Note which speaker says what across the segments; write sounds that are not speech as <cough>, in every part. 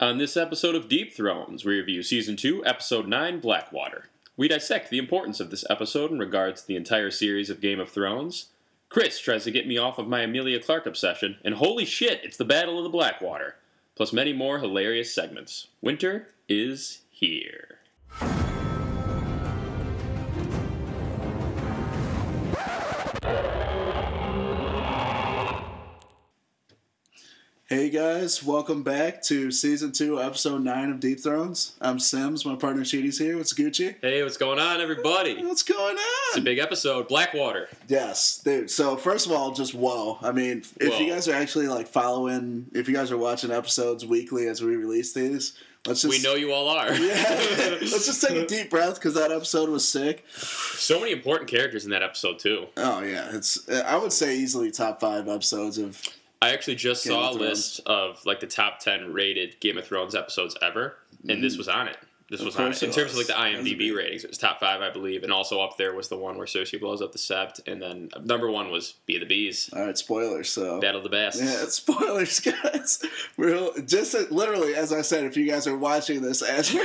Speaker 1: On this episode of Deep Thrones, we review Season 2, Episode 9, Blackwater. We dissect the importance of this episode in regards to the entire series of Game of Thrones. Chris tries to get me off of my Amelia Clark obsession, and holy shit, it's the Battle of the Blackwater, plus many more hilarious segments. Winter is here.
Speaker 2: Hey guys, welcome back to season two, episode nine of Deep Thrones. I'm Sims, my partner Cheaty's here. What's Gucci?
Speaker 1: Hey, what's going on, everybody?
Speaker 2: What's going
Speaker 1: It's a
Speaker 2: on?
Speaker 1: big episode, Blackwater.
Speaker 2: Yes, dude. So first of all, just whoa. I mean, if
Speaker 1: Whoa.
Speaker 2: you guys are actually like following, if you guys are watching episodes weekly as we release these, let's just
Speaker 1: We know you all are. <laughs>
Speaker 2: <laughs> Yeah, let's just take a deep breath because that episode was sick.
Speaker 1: so many important characters in that episode, too.
Speaker 2: Oh yeah, it's I would say easily top five episodes of
Speaker 1: I actually just
Speaker 2: Game
Speaker 1: saw a
Speaker 2: of
Speaker 1: list of like the top ten rated Game of Thrones episodes ever, and this was on it. This
Speaker 2: Mm. Of
Speaker 1: was on it.
Speaker 2: course
Speaker 1: In
Speaker 2: it
Speaker 1: terms of like
Speaker 2: was.
Speaker 1: the
Speaker 2: That was a
Speaker 1: IMDb
Speaker 2: big-
Speaker 1: ratings, it was top five, I believe, and also up there was the one where Cersei blows up the Sept, and then uh, number one was Be the Bees,
Speaker 2: all right spoilers. So
Speaker 1: Battle of the Bastards.
Speaker 2: Oh.
Speaker 1: <laughs>
Speaker 2: Yeah, <laughs> spoilers, guys. Real, just uh, literally, as I said, if you guys are watching this, as <laughs> we're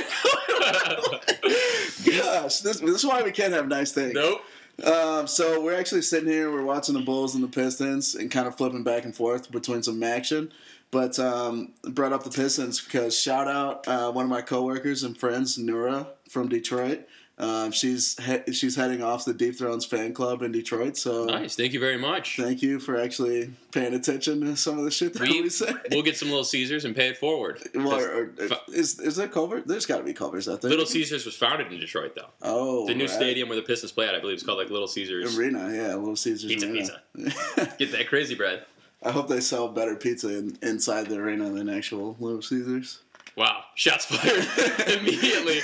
Speaker 2: gosh, this, this is why we can't have nice things.
Speaker 1: nope.
Speaker 2: Um, so we're actually sitting here, we're watching the Bulls and the Pistons, and kind of flipping back and forth between some action. But um, brought up the Pistons because shout out uh, one of my coworkers and friends, Nura from Detroit. Um, she's he- she's heading off the Deep Thrones fan club in Detroit. So
Speaker 1: Nice. Thank you very much.
Speaker 2: thank you for actually paying attention to some of the shit that
Speaker 1: We-
Speaker 2: we, say.
Speaker 1: We'll get some Little Caesars and pay it forward.
Speaker 2: Well,
Speaker 1: That's-
Speaker 2: or, or-
Speaker 1: fu-
Speaker 2: is is there culvert? There's got to be culverts out there.
Speaker 1: Little Caesars was founded in Detroit, though.
Speaker 2: oh,
Speaker 1: The new
Speaker 2: right.
Speaker 1: stadium where the Pistons play at, I believe, is called like Little Caesars.
Speaker 2: arena. Yeah, Little Caesars
Speaker 1: Pizza,
Speaker 2: Arena.
Speaker 1: Get that crazy bread.
Speaker 2: <laughs> I hope they sell better pizza in, inside the arena than actual Little Caesars.
Speaker 1: Wow. Shots fired <laughs>
Speaker 2: <laughs>
Speaker 1: immediately.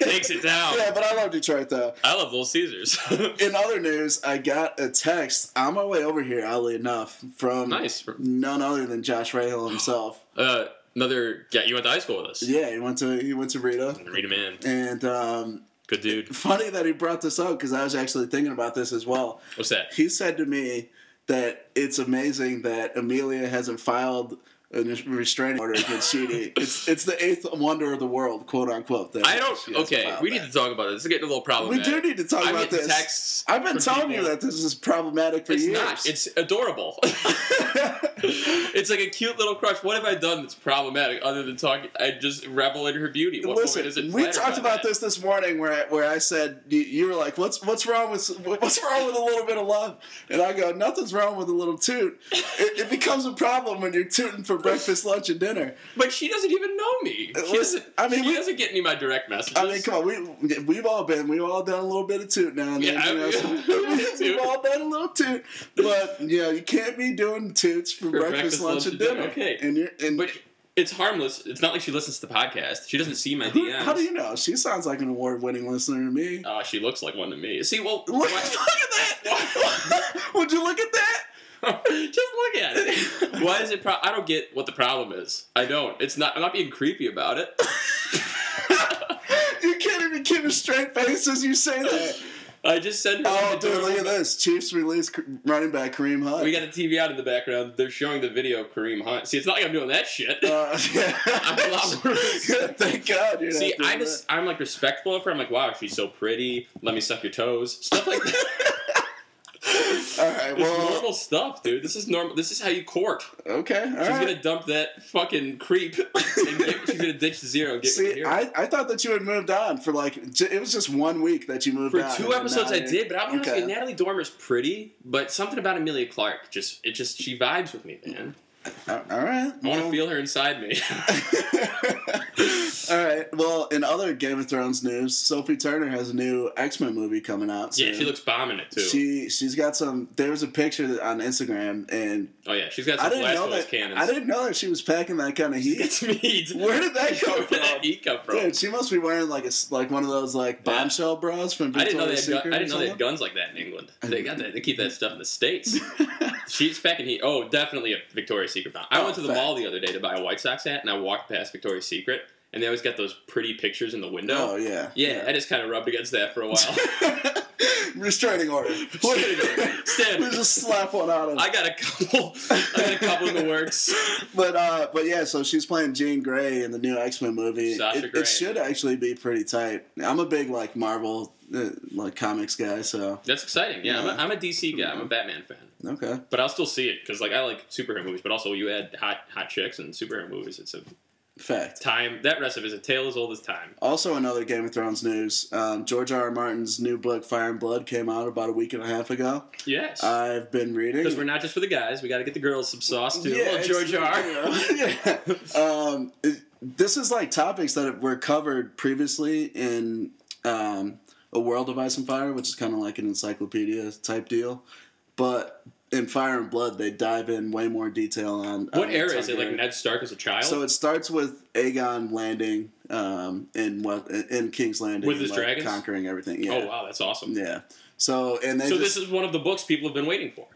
Speaker 1: Takes it down.
Speaker 2: Yeah, but I love Detroit though.
Speaker 1: I love Little Caesars. <laughs>
Speaker 2: In other news, I got a text on my way over here, oddly enough, from
Speaker 1: nice.
Speaker 2: none other than Josh
Speaker 1: <gasps>
Speaker 2: Rahal himself.
Speaker 1: Uh, another guy. You went to high school with us.
Speaker 2: yeah, he went to he went to Rita,
Speaker 1: Read him in.
Speaker 2: and um,
Speaker 1: Good dude.
Speaker 2: funny that he brought this up because I was actually thinking about this as well.
Speaker 1: What's that?
Speaker 2: he said to me that it's amazing that Amelia hasn't filed a restraining order against
Speaker 1: <laughs>
Speaker 2: Sheedy. It's it's the eighth wonder of the world, quote unquote. That
Speaker 1: I
Speaker 2: she
Speaker 1: don't.
Speaker 2: hasn't
Speaker 1: Okay,
Speaker 2: filed
Speaker 1: we need
Speaker 2: that.
Speaker 1: to talk about this. This is getting a little
Speaker 2: We
Speaker 1: problematic.
Speaker 2: do need to talk
Speaker 1: I'm
Speaker 2: about
Speaker 1: getting
Speaker 2: this.
Speaker 1: texts.
Speaker 2: I've been
Speaker 1: from
Speaker 2: telling
Speaker 1: people.
Speaker 2: you that this is problematic for
Speaker 1: It's
Speaker 2: years.
Speaker 1: not. It's
Speaker 2: <laughs>
Speaker 1: adorable. it's like a cute little crush. What have I done that's problematic other than talking? I just revel in her beauty. What woman
Speaker 2: Listen,
Speaker 1: isn't
Speaker 2: we
Speaker 1: flattered
Speaker 2: talked
Speaker 1: by
Speaker 2: about
Speaker 1: that?
Speaker 2: this this morning, where I, where I said you, you were like, "What's what's wrong with what's wrong with a little bit of love?" And I go, "Nothing's wrong with a little toot." It, it becomes a problem when you're tooting for breakfast, lunch, and dinner.
Speaker 1: But she doesn't even know me. She
Speaker 2: Listen,
Speaker 1: doesn't.
Speaker 2: Uh, I mean,
Speaker 1: she
Speaker 2: we-
Speaker 1: doesn't get any of my direct messages.
Speaker 2: I mean, come on, we we've all been, we've all done a little bit of toot now and then.
Speaker 1: Yeah,
Speaker 2: you know,
Speaker 1: I-
Speaker 2: so-
Speaker 1: <laughs> yeah,
Speaker 2: <laughs> we've all done a little toot, but you know, you can't be doing toots for, breakfast, lunch, and dinner.
Speaker 1: Okay.
Speaker 2: and you're and
Speaker 1: But it's harmless. It's not like she listens to the podcast. She doesn't see my
Speaker 2: who-
Speaker 1: DMs.
Speaker 2: how do you know? She sounds like an award-winning listener to me.
Speaker 1: Oh, she looks like one to me. See,
Speaker 2: <laughs>
Speaker 1: well,
Speaker 2: Look, look
Speaker 1: why- <laughs>
Speaker 2: at that! <laughs> Would you look at that?
Speaker 1: just look at
Speaker 2: <laughs>
Speaker 1: it. Why is it? Pro- I don't get what the problem is. I don't. It's not. I'm not being creepy about it.
Speaker 2: You can't even keep a straight face as you say that.
Speaker 1: I just said.
Speaker 2: Oh, dude, look at this! Chiefs release K- running back Kareem Hunt.
Speaker 1: We got the TV out in the background. They're showing the video of Kareem Hunt. See, it's not like I'm doing that shit. <laughs>
Speaker 2: Uh, <laughs> yeah.
Speaker 1: I'm a lot worse.
Speaker 2: <laughs> Thank God. You're not
Speaker 1: See,
Speaker 2: doing
Speaker 1: I just I'm like respectful of her. I'm like, wow, she's so pretty. Let me suck your toes. Stuff like that.
Speaker 2: that. All right.
Speaker 1: It's
Speaker 2: Well,
Speaker 1: normal stuff, dude. This is normal. This is how you court.
Speaker 2: okay. All right.
Speaker 1: She's gonna dump that fucking creep. And get, she's gonna ditch zero. And get with the
Speaker 2: See,
Speaker 1: hero.
Speaker 2: I, I thought that you had moved on for like j- it was just one week that you moved
Speaker 1: For
Speaker 2: on.
Speaker 1: two
Speaker 2: and
Speaker 1: episodes,
Speaker 2: now
Speaker 1: I
Speaker 2: you're-
Speaker 1: did, but I'm honest
Speaker 2: Okay.
Speaker 1: with you, Natalie Dormer's pretty, but something about Amelia Clark just it just she vibes with me, man.
Speaker 2: All all right.
Speaker 1: I want to feel her inside me. <laughs>
Speaker 2: feel. <laughs> all right. Well, in other Game of Thrones news, Sophie Turner has a new X Men movie coming out.
Speaker 1: yeah,
Speaker 2: soon.
Speaker 1: she looks bomb in it too.
Speaker 2: She she's got some. There was a picture that- on Instagram, and
Speaker 1: oh yeah, she's got some
Speaker 2: I didn't
Speaker 1: blast
Speaker 2: know
Speaker 1: those
Speaker 2: that.
Speaker 1: cannons.
Speaker 2: I didn't know that she was packing that kind of heat.
Speaker 1: It's me.
Speaker 2: <laughs> Where did that
Speaker 1: <laughs>
Speaker 2: come
Speaker 1: Where did that
Speaker 2: from?
Speaker 1: heat come from?
Speaker 2: Dude, she must be wearing like a s- like one of those like
Speaker 1: Yeah.
Speaker 2: bombshell bras from
Speaker 1: I didn't know they had gun-
Speaker 2: Victoria's Secret.
Speaker 1: I
Speaker 2: or
Speaker 1: didn't know they had
Speaker 2: something.
Speaker 1: guns like that in England.
Speaker 2: <laughs>
Speaker 1: They got that. They keep that stuff in the states. She's packing heat. Oh, definitely a Victoria's Secret. Bomb. I
Speaker 2: Oh,
Speaker 1: went to the
Speaker 2: fact.
Speaker 1: mall the other day to buy a White Sox hat, and I walked past Victoria's Secret, and they always got those pretty pictures in the window.
Speaker 2: Oh yeah.
Speaker 1: yeah, I just kind of rubbed against that for a
Speaker 2: <laughs>
Speaker 1: while.
Speaker 2: Restraining order.
Speaker 1: Restraining order. Stand.
Speaker 2: <laughs> We just slap one out of.
Speaker 1: I got a couple. I got a couple in the works.
Speaker 2: But uh, but yeah, so she's playing Jean Grey in the new X Men movie.
Speaker 1: Sasha
Speaker 2: it,
Speaker 1: Grey.
Speaker 2: it should actually be pretty tight. I'm a big like Marvel uh, like comics guy, so
Speaker 1: <laughs> That's exciting. Yeah, I'm, a,
Speaker 2: Yeah.
Speaker 1: I'm a DC guy. I'm a Batman fan,
Speaker 2: okay.
Speaker 1: but I'll still see it because like I like superhero movies. But also, you add hot hot chicks and superhero movies. It's a
Speaker 2: Fact.
Speaker 1: time that recipe is a tale as old as time.
Speaker 2: Also, another Game of Thrones news: um, George R. R. Martin's new book Fire and Blood came out about a week and a half ago.
Speaker 1: Yes.
Speaker 2: I've been reading.
Speaker 1: because we're not just for the guys. We got to get the girls some sauce too.
Speaker 2: <laughs> Yeah,
Speaker 1: Little
Speaker 2: it's-
Speaker 1: George R.
Speaker 2: Yeah. Yeah. Um, it- this is like topics that were covered previously in um, A World of Ice and Fire, which is kind of like an encyclopedia type deal. But in Fire and Blood, they dive in way more detail on.
Speaker 1: What
Speaker 2: on
Speaker 1: era is it? Like
Speaker 2: Targaryen.
Speaker 1: Ned Stark as a child
Speaker 2: Uh, So it starts with Aegon landing um, in what in King's Landing
Speaker 1: With his
Speaker 2: and, like,
Speaker 1: dragons?
Speaker 2: conquering everything. Yeah.
Speaker 1: Oh wow, that's awesome.
Speaker 2: Yeah. So and they
Speaker 1: So
Speaker 2: just
Speaker 1: this is one of the books people have been waiting for.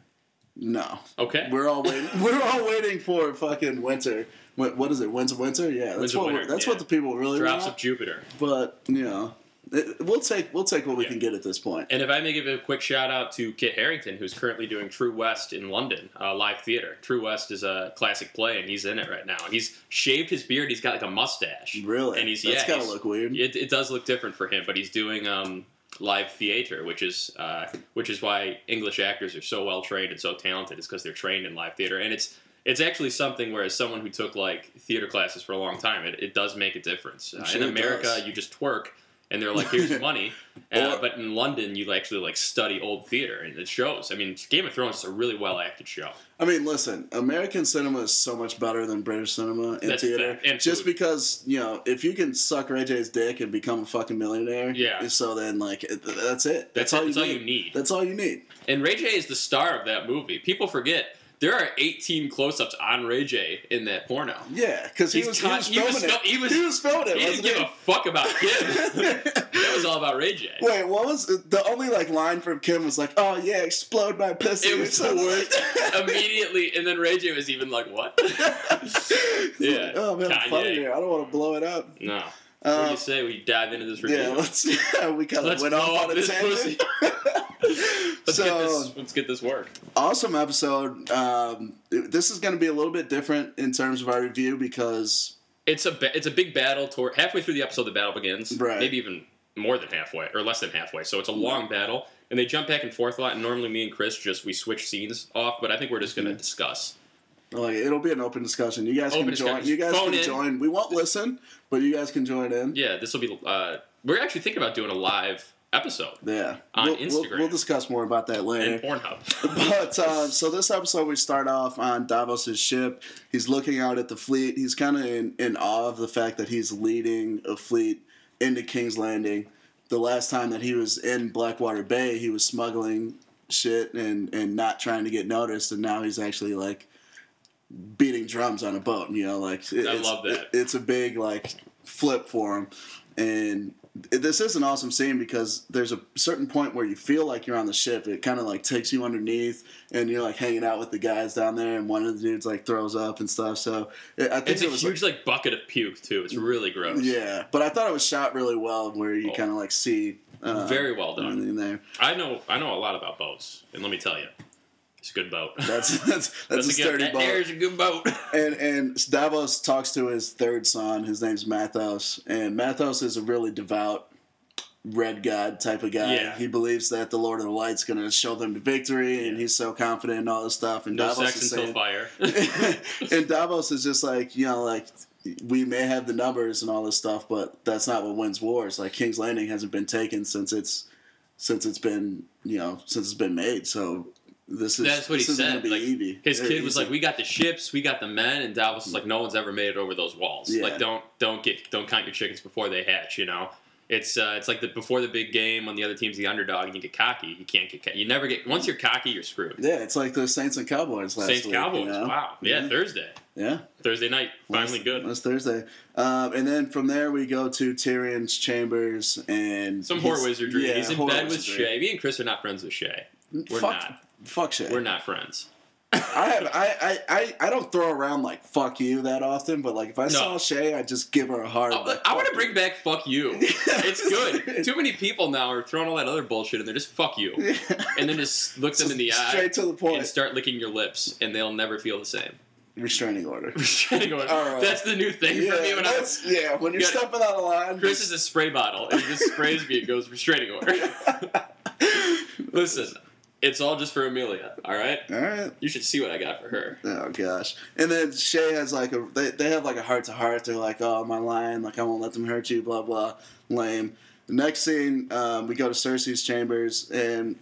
Speaker 2: no.
Speaker 1: Okay.
Speaker 2: We're all waiting. <laughs> we're all waiting for fucking winter. What, what is it? Winds of winter? Yeah, that's
Speaker 1: Winds of
Speaker 2: what we're-
Speaker 1: winter,
Speaker 2: that's
Speaker 1: yeah.
Speaker 2: what the people really
Speaker 1: Drops of
Speaker 2: want.
Speaker 1: Jupiter.
Speaker 2: but you know, it, we'll take we'll take what we
Speaker 1: Yeah.
Speaker 2: can get at this point.
Speaker 1: And if I may give a quick shout out to Kit Harrington, who's currently doing True West in London, uh, live theater. True West is a classic play, and he's in it right now. And he's shaved his beard. He's got like a mustache.
Speaker 2: Really,
Speaker 1: And he's
Speaker 2: that's
Speaker 1: yeah.
Speaker 2: gotta
Speaker 1: he's-
Speaker 2: look weird.
Speaker 1: It, it does look different for him, but he's doing um, live theater, which is uh, which is why English actors are so well trained and so talented. Is because they're trained in live theater, and it's it's actually something where as someone who took like theater classes for a long time, it, it does make a difference. Uh,
Speaker 2: sure
Speaker 1: in
Speaker 2: it
Speaker 1: America,
Speaker 2: does.
Speaker 1: you just twerk. And they're like,
Speaker 2: <laughs>
Speaker 1: here's money, uh,
Speaker 2: Or-
Speaker 1: but in London you actually like study old theater, and it shows. I mean, Game of Thrones is a really well acted show.
Speaker 2: I mean, listen, American cinema is so much better than British cinema in
Speaker 1: That's
Speaker 2: theater.
Speaker 1: fact. And
Speaker 2: just
Speaker 1: food.
Speaker 2: because you know, if you can suck Ray J's dick and become a fucking millionaire,
Speaker 1: Yeah.
Speaker 2: So then, like, it- that's it.
Speaker 1: That's,
Speaker 2: That's,
Speaker 1: it.
Speaker 2: all, you
Speaker 1: That's all you
Speaker 2: need.
Speaker 1: need.
Speaker 2: That's all you need.
Speaker 1: And Ray J is the star of that movie. People forget there are 18 close-ups on Ray J in that porno.
Speaker 2: Yeah, because he
Speaker 1: He's
Speaker 2: was,
Speaker 1: con-
Speaker 2: he was filming it.
Speaker 1: fil- he was-
Speaker 2: he was filming it.
Speaker 1: He didn't
Speaker 2: wasn't
Speaker 1: give a fuck about Kim.
Speaker 2: <laughs>
Speaker 1: that was all about Ray J.
Speaker 2: Wait, what was the only like line from Kim was like, "Oh yeah, explode my pussy."
Speaker 1: It was the worst <laughs> immediately, and then Ray J was even like,
Speaker 2: <laughs>
Speaker 1: "What?" Yeah,
Speaker 2: Oh man,
Speaker 1: Kanye.
Speaker 2: I'm funny here. I don't want to blow it up.
Speaker 1: No. what do
Speaker 2: Uh,
Speaker 1: you say we dive into this review?
Speaker 2: <laughs> yeah, let's. Yeah, we kind of
Speaker 1: Let's
Speaker 2: went
Speaker 1: blow
Speaker 2: off
Speaker 1: up
Speaker 2: on a
Speaker 1: this
Speaker 2: tangent.
Speaker 1: <laughs> let's, get
Speaker 2: so
Speaker 1: this, let's get this work.
Speaker 2: awesome episode. Um, this is going to be a little bit different in terms of our review because
Speaker 1: It's a ba- it's a big battle. Toward halfway through the episode, the battle begins.
Speaker 2: Right.
Speaker 1: Maybe even more than halfway, or less than halfway. So it's a long battle, and they jump back and forth a lot. And normally, me and Chris just we switch scenes off, but I think we're just
Speaker 2: Mm-hmm.
Speaker 1: gonna discuss.
Speaker 2: like it'll be an open discussion. You guys
Speaker 1: Open
Speaker 2: can join.
Speaker 1: discussion.
Speaker 2: You guys
Speaker 1: Phone
Speaker 2: can
Speaker 1: in.
Speaker 2: join. We won't listen, but you guys can join in.
Speaker 1: Yeah, this will be. Uh, we're actually thinking about doing a live episode
Speaker 2: Yeah.
Speaker 1: On
Speaker 2: we'll, we'll-
Speaker 1: Instagram.
Speaker 2: We'll, discuss more about that
Speaker 1: in
Speaker 2: later. <laughs>
Speaker 1: Pornhub.
Speaker 2: But um, so this episode, we start off on Davos's ship. He's looking out at the fleet. He's kind of in, in awe of the fact that he's leading a fleet into King's Landing. The last time that he was in Blackwater Bay, he was smuggling shit and, and not trying to get noticed. And now he's actually like beating drums on a boat. You know, like it-
Speaker 1: I
Speaker 2: it's-
Speaker 1: love that.
Speaker 2: it- it's a big like flip for him. And this is an awesome scene because there's a certain point where you feel like you're on the ship. It kind of like takes you underneath, and you're like hanging out with the guys down there, and one of the dudes like throws up and stuff. So it, I think
Speaker 1: It's a
Speaker 2: it was like-
Speaker 1: huge like bucket of puke too. It's really gross.
Speaker 2: yeah, but I thought it was shot really well, where you
Speaker 1: Oh.
Speaker 2: kind of like see uh,
Speaker 1: Very well done.
Speaker 2: everything there.
Speaker 1: I know I know a lot about boats, and let me tell you, it's a good boat.
Speaker 2: That's <laughs> that's that's, a
Speaker 1: good, e-,
Speaker 2: sturdy
Speaker 1: that
Speaker 2: boat.
Speaker 1: there's a good
Speaker 2: <laughs>
Speaker 1: boat.
Speaker 2: and and Davos talks to his third son. His name's Mathos, and Mathos is a really devout red god type of guy.
Speaker 1: Yeah.
Speaker 2: He believes that the Lord of the Light's going to show them to victory, and he's so confident and all this stuff. And
Speaker 1: no
Speaker 2: Davos
Speaker 1: sex
Speaker 2: is
Speaker 1: until
Speaker 2: saying,
Speaker 1: fire.
Speaker 2: <laughs> and Davos is just like, you know, like we may have the numbers and all this stuff, but that's not what wins wars. Like King's Landing hasn't been taken since it's since it's been you know since it's been made. So this is
Speaker 1: That's what he
Speaker 2: this isn't gonna
Speaker 1: said.
Speaker 2: be
Speaker 1: Like,
Speaker 2: easy.
Speaker 1: his
Speaker 2: Or
Speaker 1: kid was
Speaker 2: easy.
Speaker 1: like, "We got the ships, we got the men," and Davos was like, "No one's ever made it over those walls.
Speaker 2: Yeah.
Speaker 1: Like, don't don't get don't count your chickens before they hatch. You know, it's uh, it's like the before the big game when the other team's the underdog and you get cocky. You can't get ca- you never get once you're cocky, you're screwed.
Speaker 2: Yeah, it's like the Saints and Cowboys last
Speaker 1: Saints
Speaker 2: week.
Speaker 1: Cowboys.
Speaker 2: you know?
Speaker 1: Wow. Yeah,
Speaker 2: Yeah.
Speaker 1: Thursday,
Speaker 2: Yeah.
Speaker 1: Thursday night, finally
Speaker 2: Last-
Speaker 1: good.
Speaker 2: Last Thursday. Um, and then from there, we go to Tyrion's chambers and.
Speaker 1: Some
Speaker 2: he's-
Speaker 1: whore wizardry.
Speaker 2: yeah,
Speaker 1: He's in
Speaker 2: whore
Speaker 1: bed with
Speaker 2: wizardry.
Speaker 1: Shay. Me and Chris are not friends with Shay. We're
Speaker 2: fuck,
Speaker 1: not.
Speaker 2: Fuck Shay.
Speaker 1: We're not friends.
Speaker 2: I have I, I, I, I don't throw around like fuck you that often, but like if I saw Shay, I just give her a hard.
Speaker 1: I,
Speaker 2: like,
Speaker 1: Oh, I want to
Speaker 2: fuck
Speaker 1: bring back "fuck
Speaker 2: <laughs>
Speaker 1: you."
Speaker 2: you.
Speaker 1: It's
Speaker 2: <laughs>
Speaker 1: good. Too many people now are throwing all that other bullshit, and they're just "fuck you," and then just look them in the eye
Speaker 2: Straight to the
Speaker 1: and
Speaker 2: point.
Speaker 1: start licking your lips, and they'll never feel the same. <laughs>
Speaker 2: Restraining order.
Speaker 1: Going,
Speaker 2: Alright.
Speaker 1: That's the new thing
Speaker 2: Yeah,
Speaker 1: for me when I was
Speaker 2: that's- yeah, when you're
Speaker 1: Yeah.
Speaker 2: stepping out of line.
Speaker 1: <laughs> Chris is a spray bottle. and He just sprays me and goes restraining order. <laughs> Listen, it's all just for Amelia, all right?
Speaker 2: <laughs> all right.
Speaker 1: You should see what I got for her.
Speaker 2: Oh gosh. And then Shay has like a they, they have like a heart to heart. They're like, oh, am I lying? Like I won't let them hurt you. Blah blah. Lame. The next scene, um, we go to Cersei's chambers and.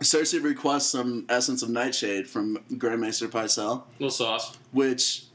Speaker 2: Cersei requests some essence of nightshade from Grandmaster Pycelle,
Speaker 1: little sauce.
Speaker 2: which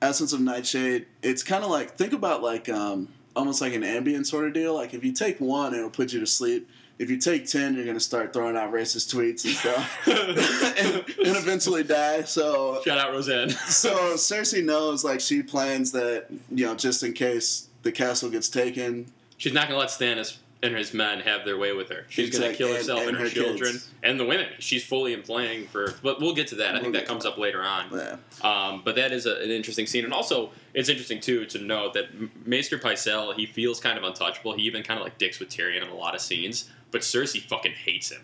Speaker 2: essence of nightshade. It's kind of like think about like um, almost like an ambient sort of deal. Like if you take one, it'll put you to sleep. If you take ten, you're gonna start throwing out racist tweets
Speaker 1: <laughs>
Speaker 2: and stuff, <laughs> and, <laughs> and eventually die. So
Speaker 1: Shout out Roseanne.
Speaker 2: so Cersei knows, like, she plans that, you know, just in case the castle gets taken.
Speaker 1: <laughs> She's not going to let Stannis and his men have their way with her. She's going to
Speaker 2: Exactly,
Speaker 1: kill
Speaker 2: and-
Speaker 1: herself and,
Speaker 2: and
Speaker 1: her,
Speaker 2: her
Speaker 1: children
Speaker 2: kids.
Speaker 1: and the women. She's fully in playing for. But we'll get to that. I
Speaker 2: We'll
Speaker 1: think
Speaker 2: get
Speaker 1: that
Speaker 2: to
Speaker 1: comes up later on.
Speaker 2: Yeah.
Speaker 1: Um, but that is a, an interesting scene, and also it's interesting too to note that M- Maester Pycelle he feels kind of untouchable. He even kind of like dicks with Tyrion in a lot of scenes, but Cersei fucking hates him.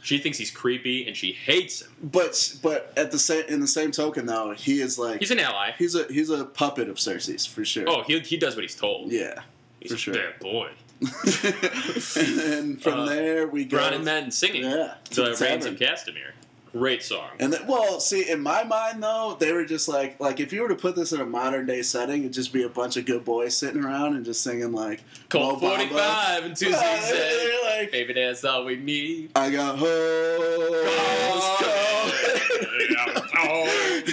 Speaker 1: She thinks he's creepy, and she hates him.
Speaker 2: But but at the same in the same token though, he is like
Speaker 1: He's an ally.
Speaker 2: he's a he's a puppet of Cersei's for sure.
Speaker 1: Oh, he, he does what he's told.
Speaker 2: yeah. <laughs>
Speaker 1: he's
Speaker 2: for sure.
Speaker 1: a bad boy.
Speaker 2: and then from
Speaker 1: Uh,
Speaker 2: there we go
Speaker 1: Bronn and men singing
Speaker 2: Yeah. to
Speaker 1: the Reigns
Speaker 2: tavern.
Speaker 1: of Castamere. Great song.
Speaker 2: And then, well, see, in my mind though, they were just like, like if you were to put this in a modern day setting, it'd just be a bunch of good boys sitting around and just singing like
Speaker 1: Cold
Speaker 2: Mo Bamba.
Speaker 1: forty five and
Speaker 2: <laughs>
Speaker 1: two
Speaker 2: Yeah, they're-
Speaker 1: six.
Speaker 2: they're like,
Speaker 1: Baby, that's all we need.
Speaker 2: I got Oh.
Speaker 1: <laughs>
Speaker 2: <laughs> hoes.